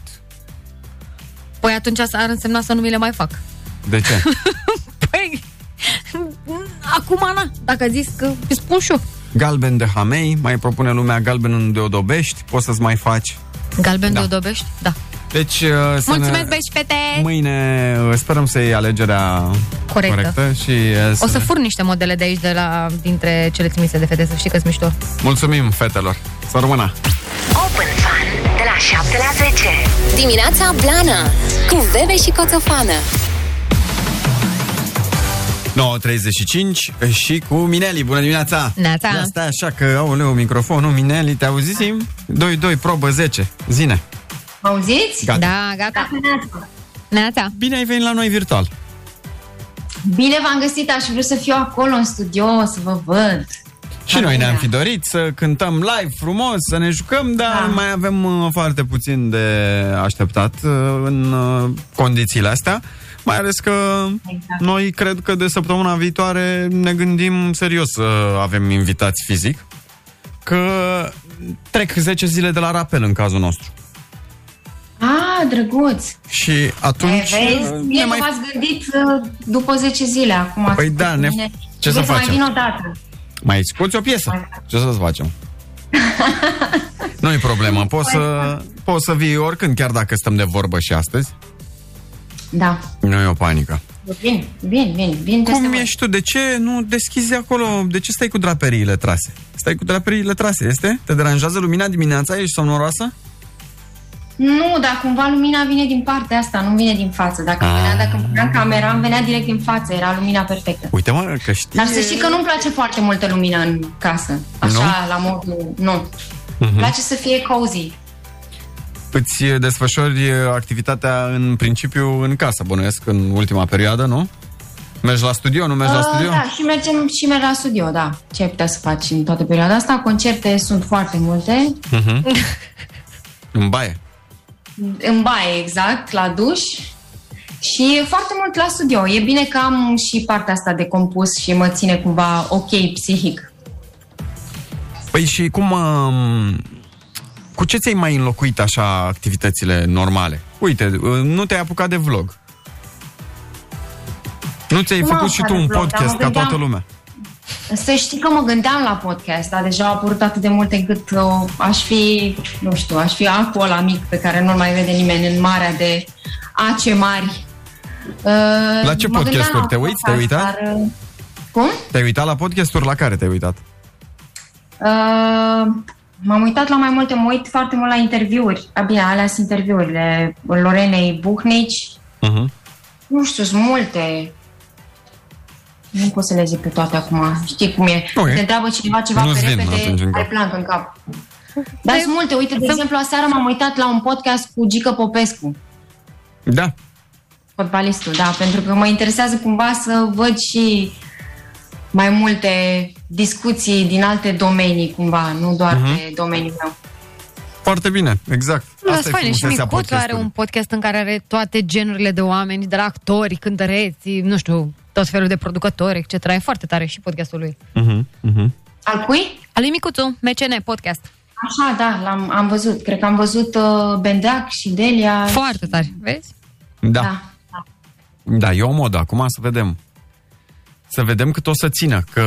Păi atunci asta ar însemna să nu mi le mai fac.
De ce?
Păi, acum, na, dacă zis că îți spun și eu.
Galben de hamei, mai propune lumea galben de odobești, poți să-ți mai faci.
Galben da.
Da.
de odobești? Da.
Deci, uh, să
Mulțumesc,
ne...
băieți și fete!
Mâine uh, sperăm să iei alegerea
Corectă.
corectă și uh,
O să
ne-
fur niște modele de aici, de la, dintre cele trimise de fete, să știi că sunt mișto.
Mulțumim, fetelor. Să rămână!
Open Fun de la 7 la 10. Dimineața Blana cu Bebe și Coțofană.
9.35 și cu Mineli. Bună dimineața!
Neața.
Ia Stai așa că, aoleu, microfonul, Mineli, te auzim? 2-2, probă 10. Zine!
Mă auziți?
Gata.
Da, gata. Neața.
Bine ai venit la noi virtual.
Bine v-am găsit, aș vrea să fiu acolo în studio, să vă văd.
Și noi ne-am fi dorit să cântăm live frumos, să ne jucăm, dar da. mai avem uh, foarte puțin de așteptat uh, în uh, condițiile astea. Mai ales că noi cred că de săptămâna viitoare ne gândim serios să avem invitați fizic, că trec 10 zile de la rapel în cazul nostru.
A, drăguț!
Și atunci...
E, Vezi, bine că v-ați gândit uh, după 10 zile acum. ați
Păi
făcut
da,
cu
ne-
mine.
ce să
Vreau
facem?
mai vin o dată.
Mai scoți o piesă. Ce să-ți facem? Nu-i problemă, poți să, poți să vii oricând, chiar dacă stăm de vorbă și astăzi.
Da,
Nu e o panică.
bine, bine, bine, bine.
Cum ești tu? De ce nu deschizi acolo? De ce stai cu draperiile trase? Stai cu draperiile trase, este? Te deranjează lumina dimineața? Ești somnoroasă?
Nu, dar cumva lumina vine din partea asta, nu vine din față. Dacă îmi venea, dacă îmi
Ah.
puneam camera, îmi venea direct din față, era lumina perfectă.
Uite mă, că știi...
Dar să știi că nu-mi place foarte multă lumină în casă, așa,
Nu?
la modul, nu. Îmi
Mhm.
place să fie cozy.
Îți desfășori eh, activitatea în principiu în casă, bănuiesc, în ultima perioadă, nu? Mergi la studio, nu mergi la
Uh,
studio?
Da, și mergem și merg la studio, da. Ce ai putea să faci în toată perioada asta? Concerte sunt foarte multe.
Mhm. în baie.
În baie, exact, la duș. Și foarte mult la studio. E bine că am și partea asta de compus și mă ține cumva ok psihic.
Păi și cum... um, Cu ce ți-ai mai înlocuit așa activitățile normale? Uite, uh, nu te-ai apucat de vlog. Nu ți-ai
Nu m-am
făcut și tu
apucat
un
de vlog, dar
podcast
mă
ca
gândeam-
toată lumea.
Să știi că mă gândeam la podcast, dar deja au apărut atât de multe încât uh, aș fi, nu știu, aș fi acul ăla mic pe care nu-l mai vede nimeni în marea de ace mari. Uh,
La ce
mă gândeam Uh,
podcasturi te uiți? Te-ai
podcast,
uitat?
Dar, uh, Cum?
Te-ai uitat la podcasturi? La care te-ai uitat?
Uh, m-am uitat la mai multe, mă uit foarte mult la interviuri. Abia, alea sunt interviurile Lorenei Buhnici.
Uh-huh.
Nu știu, sunt multe. Nu pot să le zic pe toate acum. Știi cum e.
Ok.
Te întreabă cineva ceva
Nu-ți
pe
vin atunci
repede,
în
ai
cap.
plank în cap. Dar sunt multe. Uite, de exemplu, aseară m-am uitat la un podcast cu Gică Popescu,
Da.
fotbalistul, da, pentru că mă interesează cumva să văd și mai multe discuții din alte domenii, cumva, nu doar
Mhm.
pe domeniul meu.
Foarte bine, exact.
Da,
Asta e
fain, și
frumusețea
Micuțu are
podcastului.
un podcast în care are toate genurile de oameni, de la actori, cântăreți, nu știu, tot felul de producători, etc. E foarte tare și podcastul lui.
Mhm, mhm.
Al cui?
Al lui Micuțu, MCN Podcast.
Așa, da, l-am am văzut. Cred că am văzut uh, Bendeac și Delia.
Foarte tare, vezi?
Da. Da, e o modă. Acum să vedem. Să vedem cât o să țină. Că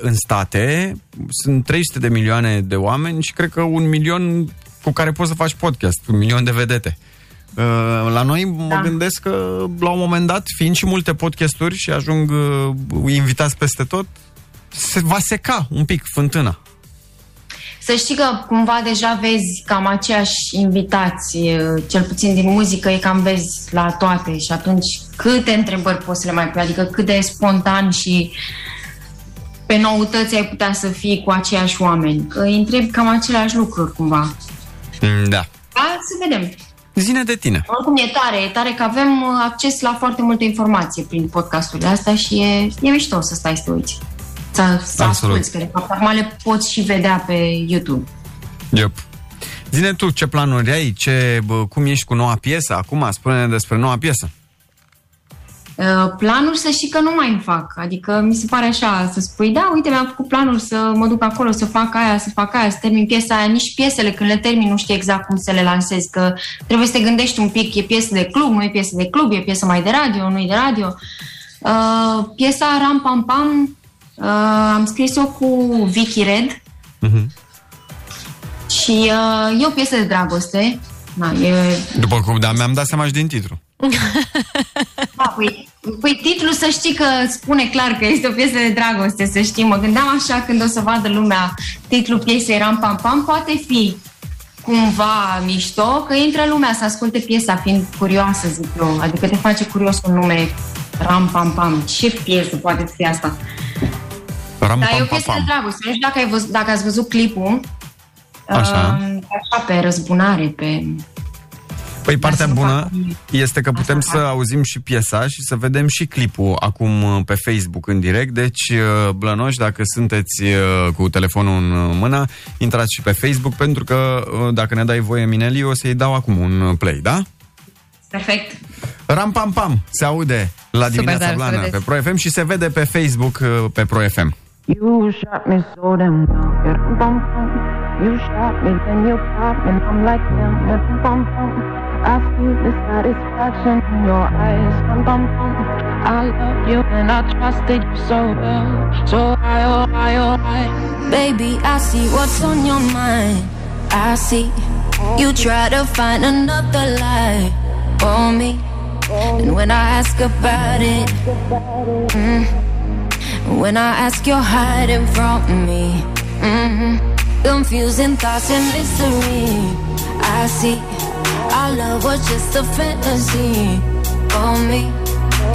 în state sunt 300 de milioane de oameni și cred că un milion cu care poți să faci podcast, un milion de vedete. Uh, La noi mă
Da.
gândesc că la un moment dat, fiind și multe podcasturi și ajung uh, invitați peste tot, se va seca un pic fântâna.
Să știi că cumva deja vezi cam aceiași invitați, uh, cel puțin din muzică, e cam vezi la toate și atunci câte întrebări poți să le mai pui, adică cât de spontan și pe noutăți ai putea să fii cu aceiași oameni. Că îi întrebi cam aceleași lucruri cumva.
Da.
Da, să vedem.
Zine de tine.
Oricum e tare, e tare că avem uh, acces la foarte multă informație prin podcasturile astea și e, e mișto să stai să te uiți. Să, să
Absolut.
asculți, că de fapt acum le poți și vedea pe YouTube.
Yep. Zine tu ce planuri ai, ce, bă, cum ești cu noua piesă acum, spune-ne despre noua piesă.
Uh, Planuri să știi că nu mai îmi fac. Adică mi se pare așa să spui, da, uite, mi-am făcut planuri să mă duc acolo, să fac aia, să fac aia, să termin piesa aia. Nici piesele, când le termin, nu știi exact cum să le lansez, că trebuie să te gândești un pic, e piesă de club, nu e piesă de club, e piesă mai de radio, nu e de radio. Uh, piesa Ram Pam Pam uh, am scris-o cu Vicky Red,
Mhm.
și uh, e o piesă de dragoste. Na, e,
După cum, da, mi-am dat seama și din titlu.
da, păi, păi titlul să știi că spune clar că este o piesă de dragoste, să știi. Mă gândeam așa când o să vadă lumea titlul piesei Ram Pam Pam, poate fi cumva mișto, că intră lumea să asculte piesa fiind curioasă, zic eu. Adică te face curios un nume Ram Pam Pam. Ce piesă poate fi asta?
Ram,
Da,
Dar e o
pam, pam,
piesă de
pam.
dragoste. Nu știu dacă, ai văzut, dacă ați văzut clipul.
Uh,
Așa.
Um, așa, pe răzbunare, pe...
Păi partea bună este că putem să auzim și piesa și să vedem și clipul acum uh, pe Facebook în direct. Deci, uh, blănoși, dacă sunteți uh, cu telefonul în uh, mână, intrați și pe Facebook pentru că uh, dacă ne dai voie, Mineli, o să-i dau acum un uh, play, da?
Perfect.
Ram Pam Pam se aude la dimineața
tare, să
blană pe
vedeți.
Pro FM și se vede pe Facebook uh, pe Pro FM.
You shot me so damn well. Rum bum bum. You shot me, then you popped me. I'm like damn, rum bum bum. I feel the satisfaction in your eyes. Rum bum bum. I love you and I trusted you so well. So I, oh, I, oh, I.
Baby, I see what's on your mind. I see you try to find another lie on me. And when I ask about it, mm, when I ask, you're hiding from me. hmm Confusing thoughts and mystery. I see our love was just a fantasy on me.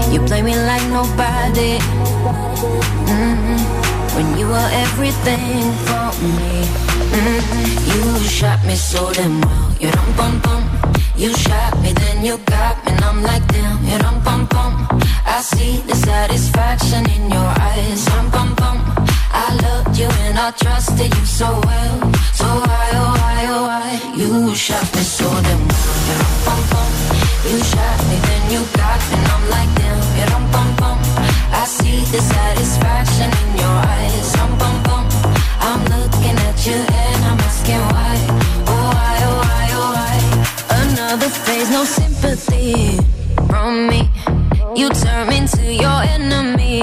And you play me like nobody. Mhm. When you were everything for me. Mhm. You shot me so damn well. You dum bum bum. You shot me, then you got me, and I'm like damn. You dum bum bum. I see the satisfaction in your eyes. Dum bum bum. I loved you and I trusted you so well. So I oh I oh I. You shot me so damn well. You dum bum bum. You shot me, then you got me, and I'm like damn. You dum bum bum. I see the satisfaction in your eyes. Rum, bum, bum. I'm looking at you and I'm asking why. Oh, why, oh, why, oh, why? Another phase, no sympathy from me. You turn into your enemy.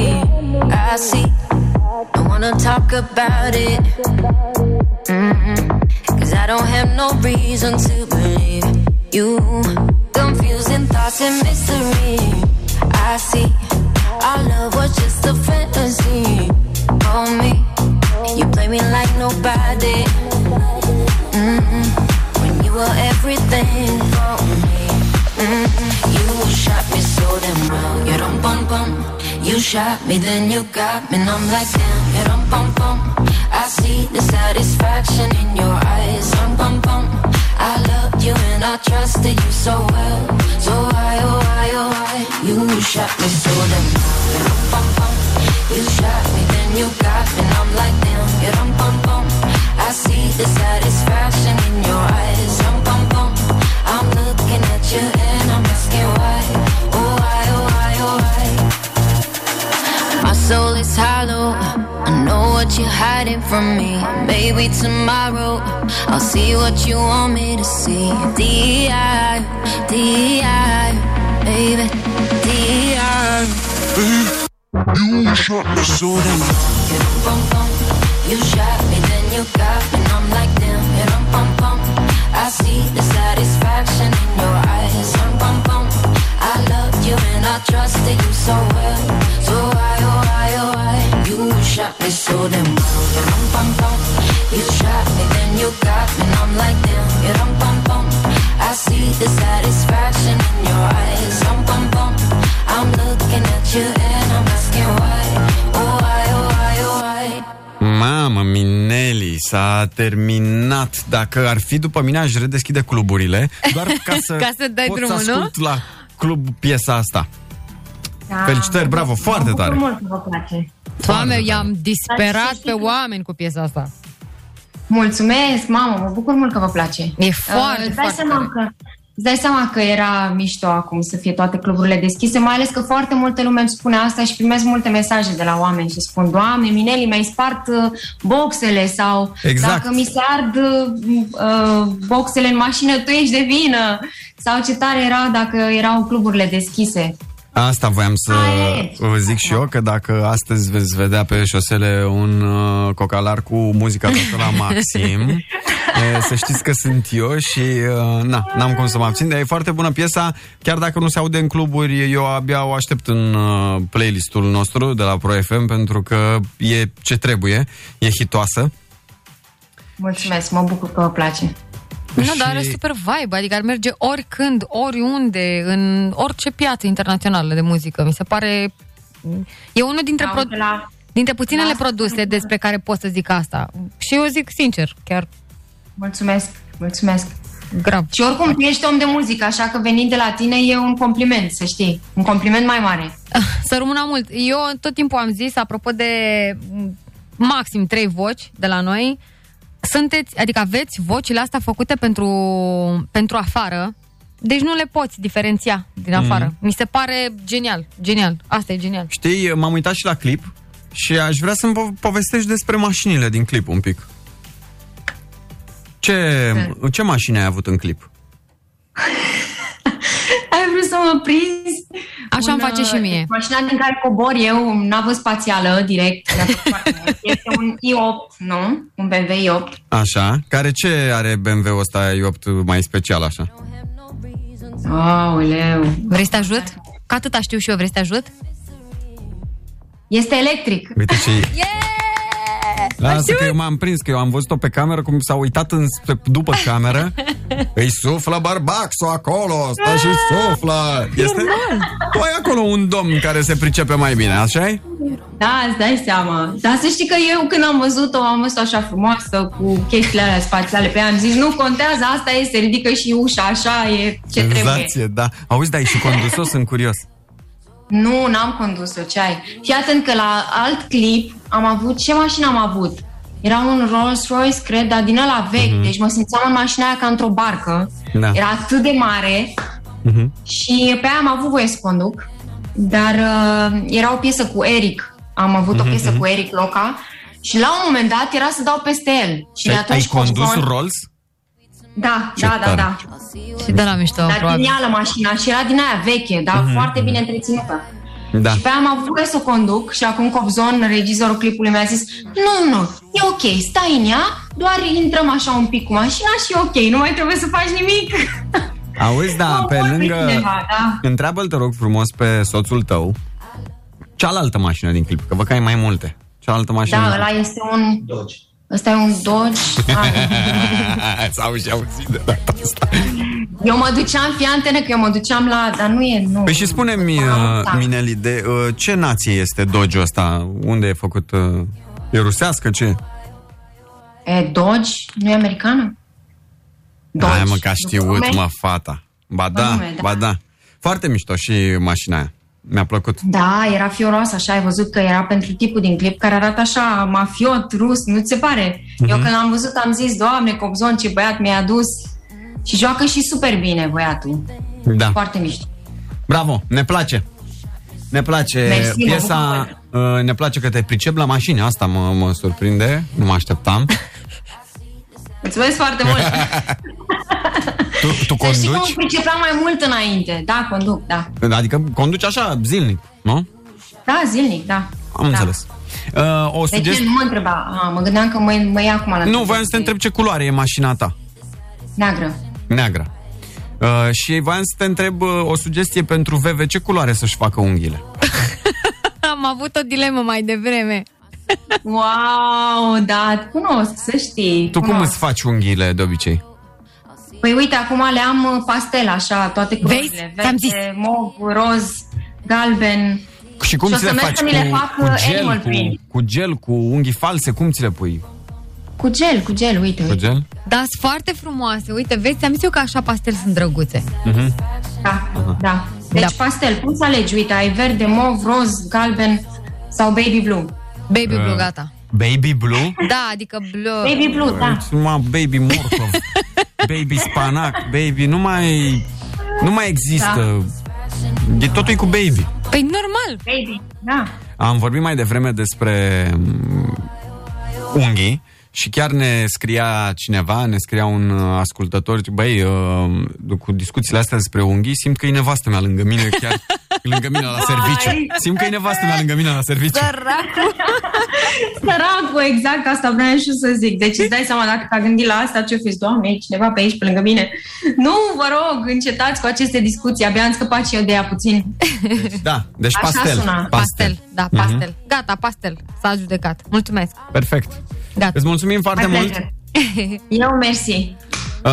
I see. I wanna talk about it. Mhm. Cause I don't have no reason to believe you. Confusing thoughts and mystery. I see. Our love was just a fantasy Mm-hmm. You shot me, then you got me, and I'm like, damn, yeah, rum, bum, bum. I see the satisfaction in your eyes, rum, bum, bum. I loved you and I trusted you so well, so why, oh, why, oh, why? You shot me so damn, yeah, rum, bum, bum. You shot me, then you got me, and I'm like, damn, yeah, rum, bum, bum. I see the satisfaction in your eyes, rum, bum, bum. I'm looking at you and I'm asking why, oh, why, oh, why, oh, why? My soul is hollow. I know what you're hiding from me. Maybe tomorrow I'll see what you want me to see. DI, DI, baby, DI. You shot me so damn. You shot me, then you got me, and I'm like damn. Yeah, rum, bum, bum. I see the satisfaction in your eyes. Rum, bum, bum. I loved you and I trusted you so well. So why, oh why, oh why? You shot me so damn well. Yeah, rum, bum, bum. You shot me, then you got me, and I'm like damn. Yeah, rum, bum, bum. I see the satisfaction in your eyes. Rum, bum, bum. I'm looking at you and I'm asking why, oh why, oh why, oh why?
Mamă, Mineli, s-a terminat. Dacă ar fi după mine, aș redeschide cluburile, doar ca să,
Ca să dai
pot
drumul,
să
nu?
ascult la club piesa asta. Felicitări, bravo, foarte tare.
Mult vă place.
Doamne, i-am disperat
știi
pe
că-
oameni cu piesa asta.
Mulțumesc, mamă, mă bucur mult că vă place.
E foarte,
Uh, îți dai
foarte
seama că Îți dai seama că era mișto acum să fie toate cluburile deschise, mai ales că foarte multă lume îmi spune asta și primesc multe mesaje de la oameni și spun, Doamne, Mineli, mi-ai spart uh, boxele sau
Exact.
dacă mi se ard uh, uh, boxele în mașină, tu ești de vină sau ce tare era dacă erau cluburile deschise.
Asta voiam să
Hai,
vă zic și eu, că dacă astăzi veți vedea pe șosele un uh, cocalar cu muzica pe la maxim, e, să știți că sunt eu și uh, na, n-am cum să mă abțin, dar e foarte bună piesa, chiar dacă nu se aude în cluburi, eu abia o aștept în uh, playlistul nostru de la Pro FM, pentru că e ce trebuie, e hitoasă.
Mulțumesc, mă bucur că vă place.
Nu,
Și-
dar are super vibe, adică ar merge oricând, oriunde, în orice piață internațională de muzică. Mi se pare... E unul dintre,
Da,
pro... dintre puținele produse despre care pot să zic asta. Și eu zic sincer, chiar...
Mulțumesc, mulțumesc.
Grav.
Și oricum, tu ești om de muzică, așa că venind de la tine e un compliment, să știi. Un compliment mai mare.
Să rămână mult. Eu tot timpul am zis, apropo de m, maxim trei voci de la noi, sunteți, adică aveți vocile astea făcute pentru, pentru afară, deci nu le poți diferenția din
Mhm.
afară. Mi se pare genial, genial. Asta e genial.
Știi, m-am uitat și la clip și aș vrea să-mi po- povestești despre mașinile din clip un pic. Ce, ce mașini ai avut în clip?
Ai vrut să mă prinzi?
Așa îmi face și
uh,
mie.
Mașina din care cobor eu, o navă spațială, direct. mi-a plăcut foarte mult. Este un i8, nu? Un BMW i8.
Așa, care ce are BMW-ul ăsta i8 mai special așa?
Aoleu.
Vrei să te ajut? Că atâta știu și eu, vrei să te ajut?
Este electric.
Uite ce e. Lasă că eu m-am prins, că eu am văzut-o pe cameră Cum s-a uitat în, după cameră Îi suflă bărbaxul acolo Stă
Ah,
și suflă este... Tu ai acolo un domn care se pricepe mai bine, așa e?
Da, îți dai seama. Dar să știi că eu când am văzut-o, am văzut așa frumoasă cu chestiile alea spațiale pe ea. Am zis, nu contează, asta e, se ridică și ușa, așa e ce trebuie.
Senzație, da Auzi, dar ai și condus-o, sunt curios
Nu, n-am condus-o, ce ai? Fii atent că la alt clip am avut, ce mașină am avut? Era un Rolls-Royce, cred, dar din ăla vechi,
Mhm.
deci mă simțeam în mașina aia ca într-o barcă.
Da.
Era atât de mare
Mhm.
și pe aia am avut voie să conduc, dar uh, era o piesă cu Eric. Am avut o
Mhm,
piesă
mhm.
cu Eric Loca și la un moment dat era să dau peste el. Și de
Ai, ai
atunci
condus
Cosmon-
Rolls?
Da,
Ce
da, da,
tare.
da.
Și de la mișto,
Dar
probabil.
genială mașina și era din aia veche, dar
Mhm,
foarte
mhm.
bine întreținută.
Da
Și pe aia am avut voie să o conduc și acum Cobzon, regizorul clipului, mi-a zis Nu, nu, e ok, stai în ea, doar intrăm așa un pic cu mașina și e ok, nu mai trebuie să faci nimic.
Auzi, da, pe
vorbit
lângă...
cineva, da.
Întreabă-l, te rog frumos, pe soțul tău cealaltă mașină din clip, că văd că ai mai multe. Cealaltă mașină...
da, ăla este un... Dodge. Ăsta e un Dodge. Ah,
S-au și auzit de data asta.
Eu mă duceam, fii antenă, că eu mă duceam la... Dar nu e, nu.
Păi și spune-mi,
Da,
uh, Mineli, de uh, ce nație este dojo ăsta? Unde e făcut? Uh, e rusească? Ce?
E, Dodge? Nu e americană? Dodge.
Hai mă, că a știut,
Nume?
mă, fata. Ba da,
Nume, da.
ba da. Foarte mișto și mașina aia. Mi-a plăcut.
Da, era fioroasă, așa, ai văzut că era pentru tipul din clip care arată așa, mafiot, rus, nu ți se pare?
Mhm.
Eu când l-am văzut am zis, Doamne, Cobzon, ce băiat mi-a adus. Și joacă și super bine băiatul.
Da.
Foarte mișto.
Bravo, ne place. Ne place
Mersi, mă
piesa, uh, ne place că te pricep la mașini, asta mă, mă surprinde, nu mă așteptam.
Mulțumesc foarte mult.
Tu, tu
Să știi că mă
conduci?
pricepeam mai mult înainte. Da, conduc, da.
Adică conduci așa, zilnic, nu?
Da, zilnic, da.
Am înțeles. Uh,
Deci
o
De ce
sugestie...
nu mă întreba? A, mă gândeam că mă, mă ia acum la
Nu, voiam să te întreb ce culoare e mașina ta.
Neagră.
Neagră. Uh, și voiam să te întreb uh, o sugestie pentru VV, ce culoare să-și facă unghiile?
Am avut o dilemă mai devreme.
Wow, da, cunosc, să știi.
Tu cum
cunosc.
îți faci unghiile de obicei?
Păi uite, acum le am uh, pastel, așa, toate culorile. Vezi? Verde, mov, roz, galben.
Și cum
Și o
ți le
să merg
faci?
să mi le fac,
cu,
uh,
cu, gel,
animal print.
cu, cu gel, cu unghii false, cum ți le pui?
Cu gel, cu gel, uite,
Cu
uite.
gel?
Dar sunt foarte frumoase. Uite, vezi, am zis eu că așa pastel sunt drăguțe.
Mhm.
Da,
Aha.
da. Deci
Da.
pastel, poți să alegi, uite, ai verde, mov, roz, galben sau baby blue.
Baby
Eh.
blue, gata.
Baby blue?
Da, adică blue.
Baby blue, da.
Numai baby morcov, baby spanac, baby, nu mai, nu mai există. Da. Totul e cu baby.
Păi normal.
Baby, da.
Am vorbit mai devreme despre mm, unghii și chiar ne scria cineva, ne scria un uh, ascultător, zice, băi, uh, cu discuțiile astea despre unghii, simt că e nevastă mea lângă mine, chiar lângă mine la serviciu. Simt că e nevastă mea lângă mine la serviciu.
Săracul. Săracul, exact asta vreau și eu să zic. Deci îți dai seama dacă te-a gândit la asta, ce fi zis, doamne, e cineva pe aici, pe lângă mine. Nu, vă rog, încetați cu aceste discuții. Abia am scăpat și eu de ea puțin.
Da, deci
Așa
pastel.
suna.
Pastel, da,
Mhm.
pastel. Gata, pastel. S-a judecat. Mulțumesc.
Perfect.
Gata.
Îți mulțumim foarte
My
mult.
pleasure.
Eu, mersi.
Uh,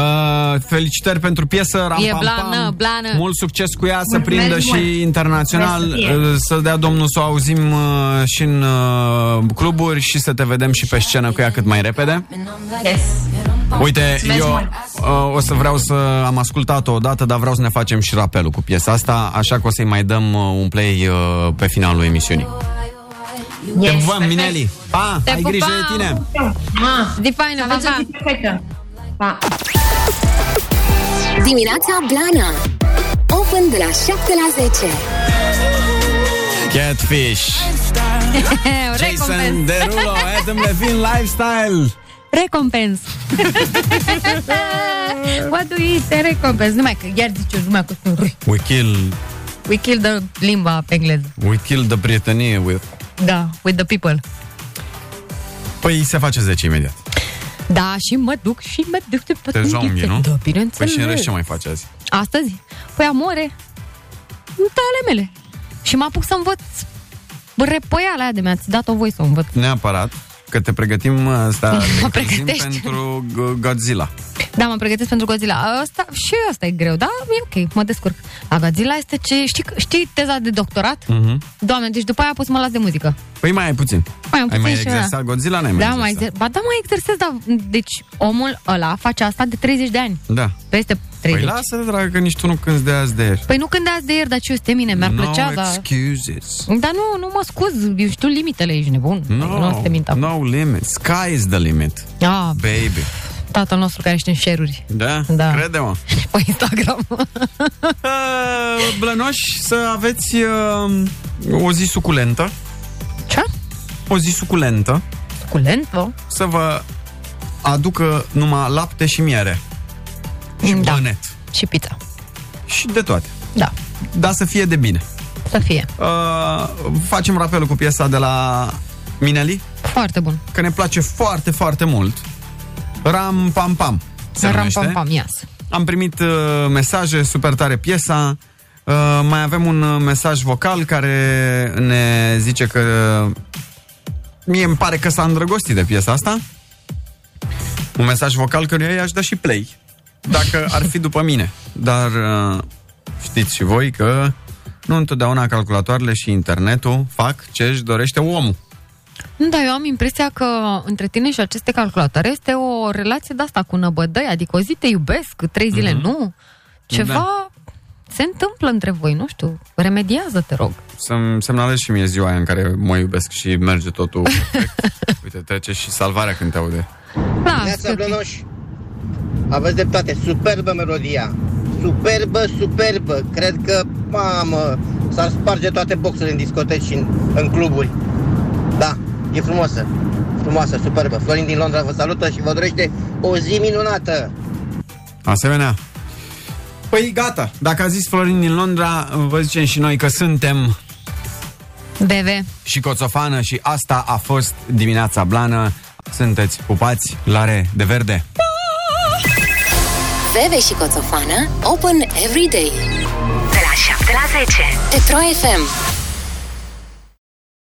felicitări pentru piesă, ram,
E
pam,
blană,
pam.
blană.
Mult succes cu ea, să
Mulțumesc
prindă
mult.
și internațional,
Mulțumesc
uh, să dea Domnul să o auzim uh, și în uh, cluburi și să te vedem și pe scenă cu ea cât mai repede.
Yes.
Uite,
Mulțumesc
eu
mult.
uh, o să vreau să am ascultat-o odată, dar vreau să ne facem și rapelul cu piesa asta, așa că o să-i mai dăm uh, un play uh, pe finalul emisiunii. Te pupăm, Mineli! Pa!
Te
ai grijă de
pupăm!
tine!
Ma,
Zi faină, pa,
aveți o
pa.
zi perfectă. Pa.
Dimineața Blana Open de la 7 la 10
Catfish! Jason
Recompens.
Derulo, Adam Levine, Lifestyle!
Recompens. What do you say? Recompens. Numai că iar zice lumea că sunt rui.
We kill,
We kill the limba pe engleză.
we kill the prietenie with...
Da, with the people.
Păi se face 10 imediat.
Da, și mă duc și mă duc pe
Te jonghi, nu?
Da,
Păi
bineînțeles.
și în rest ce mai faci azi?
Astăzi? Păi amore, nu te ale mele. Și mă apuc să învăț repoiala aia de mi-ați dat-o voi să o învăț.
Neapărat că te pregătim asta
Mă
te pregătim
pregătește.
pentru G- Godzilla.
Da, mă pregătesc pentru Godzilla. Asta, și asta e greu, da? E ok, mă descurc. La Godzilla este ce... Știi, știi teza de doctorat?
Mhm.
Doamne, deci după aia poți să mă las de muzică.
Păi mai ai puțin.
Mai am
ai
puțin
mai
și
exersat
ăla.
Godzilla? N-ai
da,
mai
mai
exersat.
exer- ba da, mai exersez, dar deci omul ăla face asta de 30 de ani.
Da.
Peste 30.
Păi lasă, dragă, că nici tu nu cânti de azi de ieri.
Păi nu când de azi de ieri, dar ce este mine, mi-ar
no
plăcea, dar...
excuses.
Dar nu, nu mă scuz, eu știu limitele, ești nebun. Adică
No,
Nu o să te mint acum.
no limit. Sky is the limit.
Ah,
Baby.
tatăl nostru care știe în share-uri
Da?
Da.
Crede-mă.
pe Instagram.
Uh, Blănoși, să aveți uh, o zi suculentă.
Ce?
O zi suculentă.
Suculentă?
Să vă aducă numai lapte și miere. Și da. bănet.
Și pizza.
Și de toate.
Da,
Dar să fie de bine.
să fie.
Uh, facem rapelul cu piesa de la Mineli,
Foarte bun.
că ne place foarte, foarte mult. Ram Pam Pam. se
Ram
numește.
pam pam, yes.
Am primit uh, mesaje, super tare piesa. Uh, mai avem un uh, mesaj vocal care ne zice că uh, mie îmi pare că s-a îndrăgostit de piesa asta. Un mesaj vocal căruia i-aș da și play. dacă ar fi după mine. Dar uh, știți și voi că nu întotdeauna calculatoarele și internetul fac ce își dorește omul.
Nu, dar eu am impresia că între tine și aceste calculatoare este o relație de asta cu năbădăi, adică o zi te iubesc, trei zile
Mhm.
mm-hmm. nu. Ceva da. se întâmplă între voi, nu știu, remediază, te rog.
Să-mi semnalez și mie ziua aia în care mă iubesc și merge totul. perfect. Uite, trece și salvarea când te aude.
Neața Blănoș, aveți dreptate, superbă melodia. Superbă, superbă. Cred că, mamă, s-ar sparge toate boxurile în discoteci și în, în cluburi. Da, e frumoasă. Frumoasă, superbă. Florin din Londra vă salută și vă dorește o zi minunată.
Asemenea. Păi gata, dacă a zis Florin din Londra, vă zicem și noi că suntem
Bebe.
și coțofană și asta a fost dimineața blană. Sunteți pupați la re de verde.
Veve și Coțofană, open every day. De la 7 la 10. Petro FM.